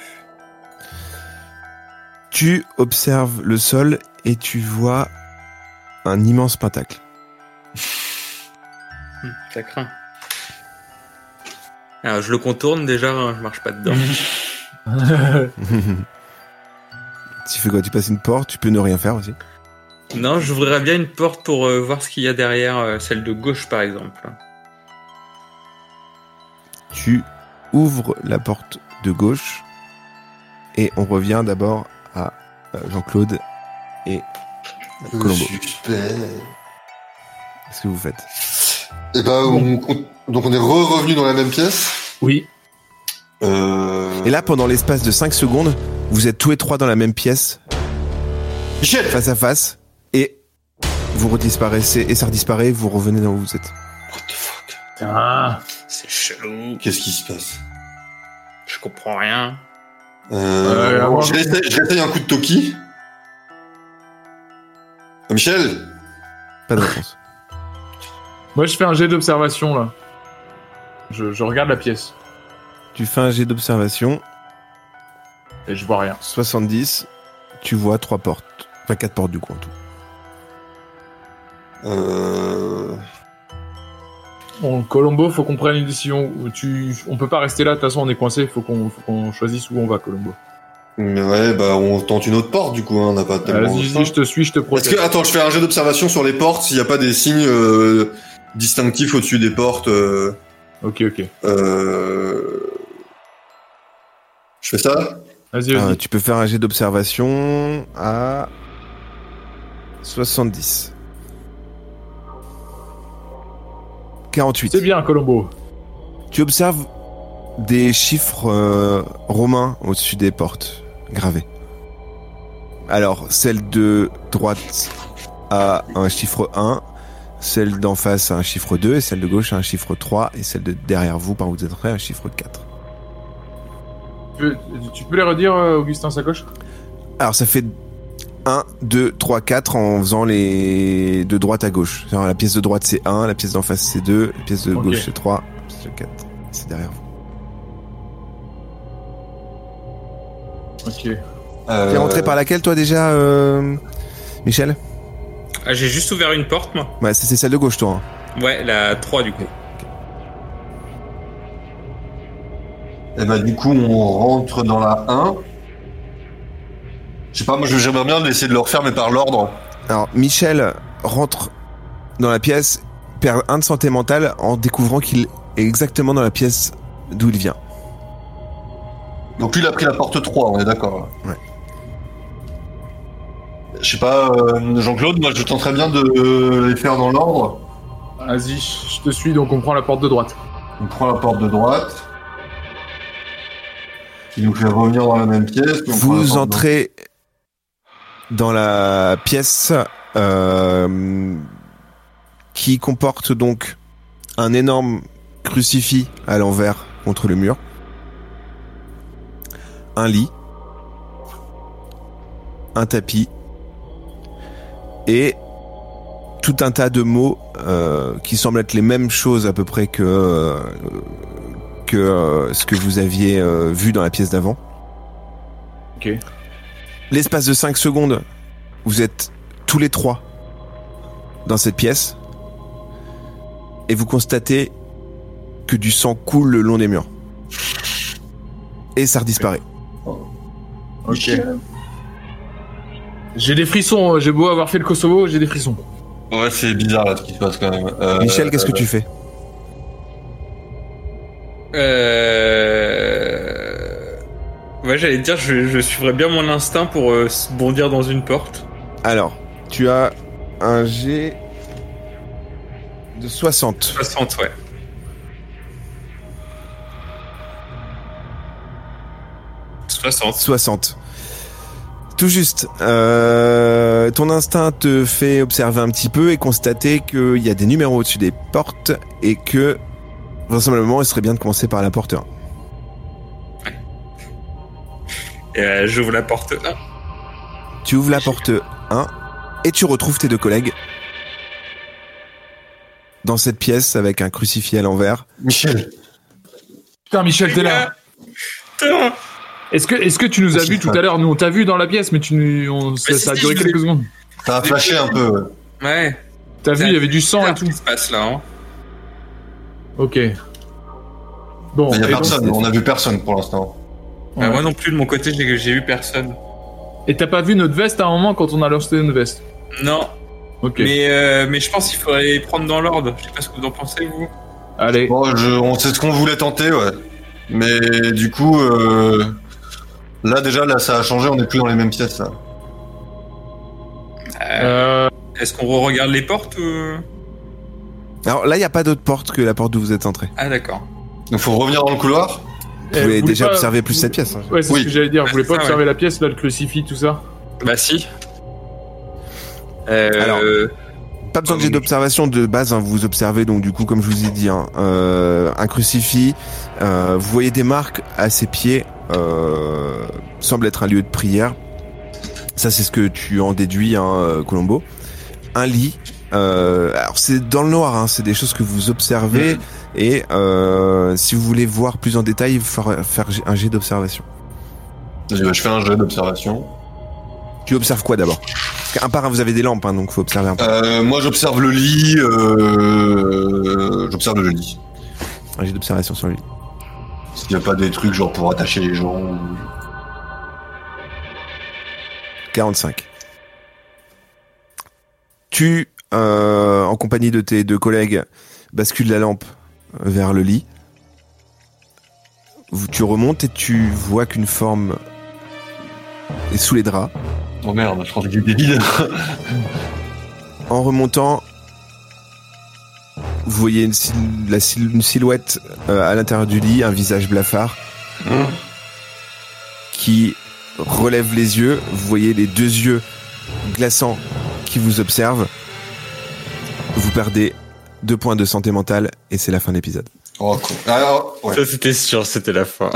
A: Tu observes le sol et tu vois un immense pentacle.
D: Hum, Ça craint. Alors, je le contourne déjà, hein, je marche pas dedans.
A: tu fais quoi Tu passes une porte, tu peux ne rien faire aussi.
D: non, j'ouvrirais bien une porte pour euh, voir ce qu'il y a derrière, euh, celle de gauche par exemple.
A: tu ouvres la porte de gauche et on revient d'abord à euh, Jean-Claude et
B: Le
A: Colombo.
B: suspect.
A: Qu'est-ce que vous faites
B: Et bah on, on- donc on est re revenu dans la même pièce.
C: Oui.
B: Euh...
A: Et là, pendant l'espace de 5 secondes, vous êtes tous les trois dans la même pièce,
B: Michel.
A: face à face, et vous redisparaissez, et ça redisparaît, vous revenez dans où vous êtes.
B: What the fuck
C: Putain.
D: C'est chelou,
B: Qu'est-ce qui se passe
D: je comprends rien.
B: Euh,
C: Euh,
B: je, réessaye, je réessaye un coup de Toki. Ah, Michel
A: Pas de réponse.
C: Moi, je fais un jet d'observation, là. Je, je regarde la pièce.
A: tu fais un jet d'observation,
C: Et je vois rien.
A: 70, tu vois trois portes, enfin quatre portes du coup en tout.
B: euh...
C: Bon, Colombo, faut qu'on prenne une décision. Ou Tu... On peut pas rester là, de toute façon, on est coincé. Faut qu'on faut qu'on choisisse où on va, Colombo.
B: Mais ouais, bah on tente une autre porte du coup, hein, on n'a pas
C: Euh,
B: tellement.
C: Vas-y,
B: de
C: vas-y, je te suis, je te
B: Est-ce que
C: protège.
B: attends, je fais un jeu d'observation sur les portes s'il n'y a pas des signes euh, distinctifs au-dessus des portes. euh,
C: Ok, ok.
B: euh, Je fais ça.
C: Vas-y, vas-y.
A: Euh, tu peux faire un jet d'observation à 70. 48.
C: C'est bien, Colombo.
A: Tu observes des chiffres euh, romains au-dessus des portes gravées. Alors, celle de droite a un chiffre 1, celle d'en face a un chiffre 2, et celle de gauche a un chiffre 3, et celle de derrière vous, par où vous êtes entré, a un chiffre 4.
C: Tu peux, tu peux les redire, euh, Augustin Sacoche
A: Alors ça fait 1, 2, 3, 4 en faisant les de droite à gauche. Alors, la pièce de droite c'est 1, la pièce d'en face c'est 2, la pièce de
C: Ok.
A: gauche c'est 3, la pièce de 4 c'est derrière vous.
C: Ok.
B: Euh,
A: T'es rentré par laquelle toi déjà euh, Michel
D: Ah, j'ai juste ouvert une porte moi.
A: Ouais c'est c'est celle de gauche toi. hein.
D: Ouais, la 3 du coup.
B: Eh bah du coup, on rentre dans la 1. Je sais pas, moi je- j'aimerais bien essayer de le refaire, mais par l'ordre.
A: Alors, Michel rentre dans la pièce, perd un de santé mentale en découvrant qu'il est exactement dans la pièce d'où il vient.
B: Donc lui, il a pris la porte 3, on est d'accord. là.
A: Ouais.
B: Je sais pas, euh, Jean-Claude, moi je tenterais bien de euh, les faire dans l'ordre.
C: Vas-y, je te suis, donc on prend la porte de droite.
B: On prend la porte de droite. Qui nous fait revenir dans la même pièce. puis on prend la porte
A: Vous
B: de-
A: entrez dans la pièce euh, qui comporte donc un énorme crucifix à l'envers contre le mur, un lit, un tapis et tout un tas de mots euh, qui semblent être les mêmes choses à peu près que euh, que euh, ce que vous aviez euh, vu dans la pièce d'avant. L'espace de 5 secondes, vous êtes tous les trois dans cette pièce et vous constatez que du sang coule le long des murs. Et ça redisparaît.
C: Ok. J'ai des frissons, euh, j'ai beau avoir fait le Kosovo, j'ai des frissons.
B: Ouais, c'est bizarre là ce qui se passe quand même. Euh,
A: Michel, qu'est-ce que tu fais
D: Euh... Ouais, j'allais te dire, je, je suivrais bien mon instinct pour euh, se bondir dans une porte.
A: Alors, tu as un G de 60.
D: 60, ouais.
A: porte
D: 60.
A: 60. Tout juste. Euh, ton instinct te fait observer un petit peu et constater qu'il y a des numéros au-dessus des portes et que, vraisemblablement, il serait bien de commencer par la porte 1.
D: Et euh, j'ouvre la porte 1.
A: Tu ouvres la porte 1 et tu retrouves tes deux collègues dans cette pièce avec un crucifix à l'envers.
B: Michel,
C: Putain, Michel, t'es là.
D: Putain
C: Est-ce que, est-ce que tu nous as
B: Je sais
C: vu tout
B: pas.
C: à l'heure Nous, on t'a vu dans la pièce, mais tu, nous- on, ça,
D: si,
C: ça a
D: si,
C: duré
D: je vous
C: quelques
D: ai-
C: secondes.
B: ça a flashé un peu. ouais.
D: Ouais,
C: T'as vu,
D: Ça-
C: il y avait du sang et
D: qu'est-ce
C: tout.
D: qui se passe là hein
C: Ok. Bon,
B: Il y a
C: et, donc-
B: personne, on a vu personne pour l'instant.
D: Bah,
C: Ouais.
D: Moi non plus, de mon côté, j'ai j'ai eu personne.
C: et t'as pas vu notre veste à un moment quand on a lancé notre veste
D: Non,
C: Ok.
D: mais, euh, mais je pense qu'il faudrait les prendre dans l'ordre. Je sais pas ce que vous en pensez, vous.
C: Allez,
B: Bon, je, on sait ce qu'on voulait tenter, ouais. Mais du coup, euh, là déjà, là ça a changé, on n'est plus dans les mêmes pièces là.
C: euh,
D: Est-ce qu'on re-regarde les portes ou...
A: Alors là, il n'y a pas d'autre porte que la porte d'où vous êtes entré.
D: Ah d'accord.
B: Donc faut revenir dans le couloir.
A: Vous
C: Eh,
A: avez
C: voulez
A: déjà
C: pas-
A: observé plus cette pièce. hein.
C: ouais, c'est
B: Oui.
C: ce que j'allais dire. Vous voulez pas
D: Ah,
C: observer la pièce, là, le crucifix, tout ça
D: Bah si. Euh,
A: Alors, Pas besoin que j'ai d'observation de base, hein, vous observez donc du coup comme je vous ai dit, hein, euh, un crucifix, euh, vous voyez des marques à ses pieds, euh, semble être un lieu de prière, ça c'est ce que tu en déduis hein, euh, Colombo, un lit, euh, alors c'est dans le noir, hein, c'est des choses que vous observez et euh, si vous voulez voir plus en détail, il faut faire- faire un jet d'observation.
B: Vas-y, bah, je fais un jeu d'observation.
A: Tu observes quoi d'abord Parce qu'un par un vous avez des lampes, hein, donc faut observer un peu.
B: Euh, moi j'observe le lit. Euh, j'observe le lit.
A: Un jet d'observation sur le lit.
B: S'il n'y a pas des trucs genre pour attacher les gens. ou-
A: 45. Tu, euh, en compagnie de tes deux collègues, bascules la lampe vers le lit. Vous- Tu remontes et tu vois qu'une forme est sous les draps.
B: Oh merde, je pense qu'il était vide.
A: En remontant, vous voyez une, sil- la sil- une silhouette euh, à l'intérieur du lit, un visage blafard qui relève les yeux. Vous voyez les deux yeux glaçants qui vous observent. Vous perdez deux points de santé mentale et c'est la fin de l'épisode.
B: Oh, con. Alors, ouais.
D: Ça c'était sûr, c'était la fin.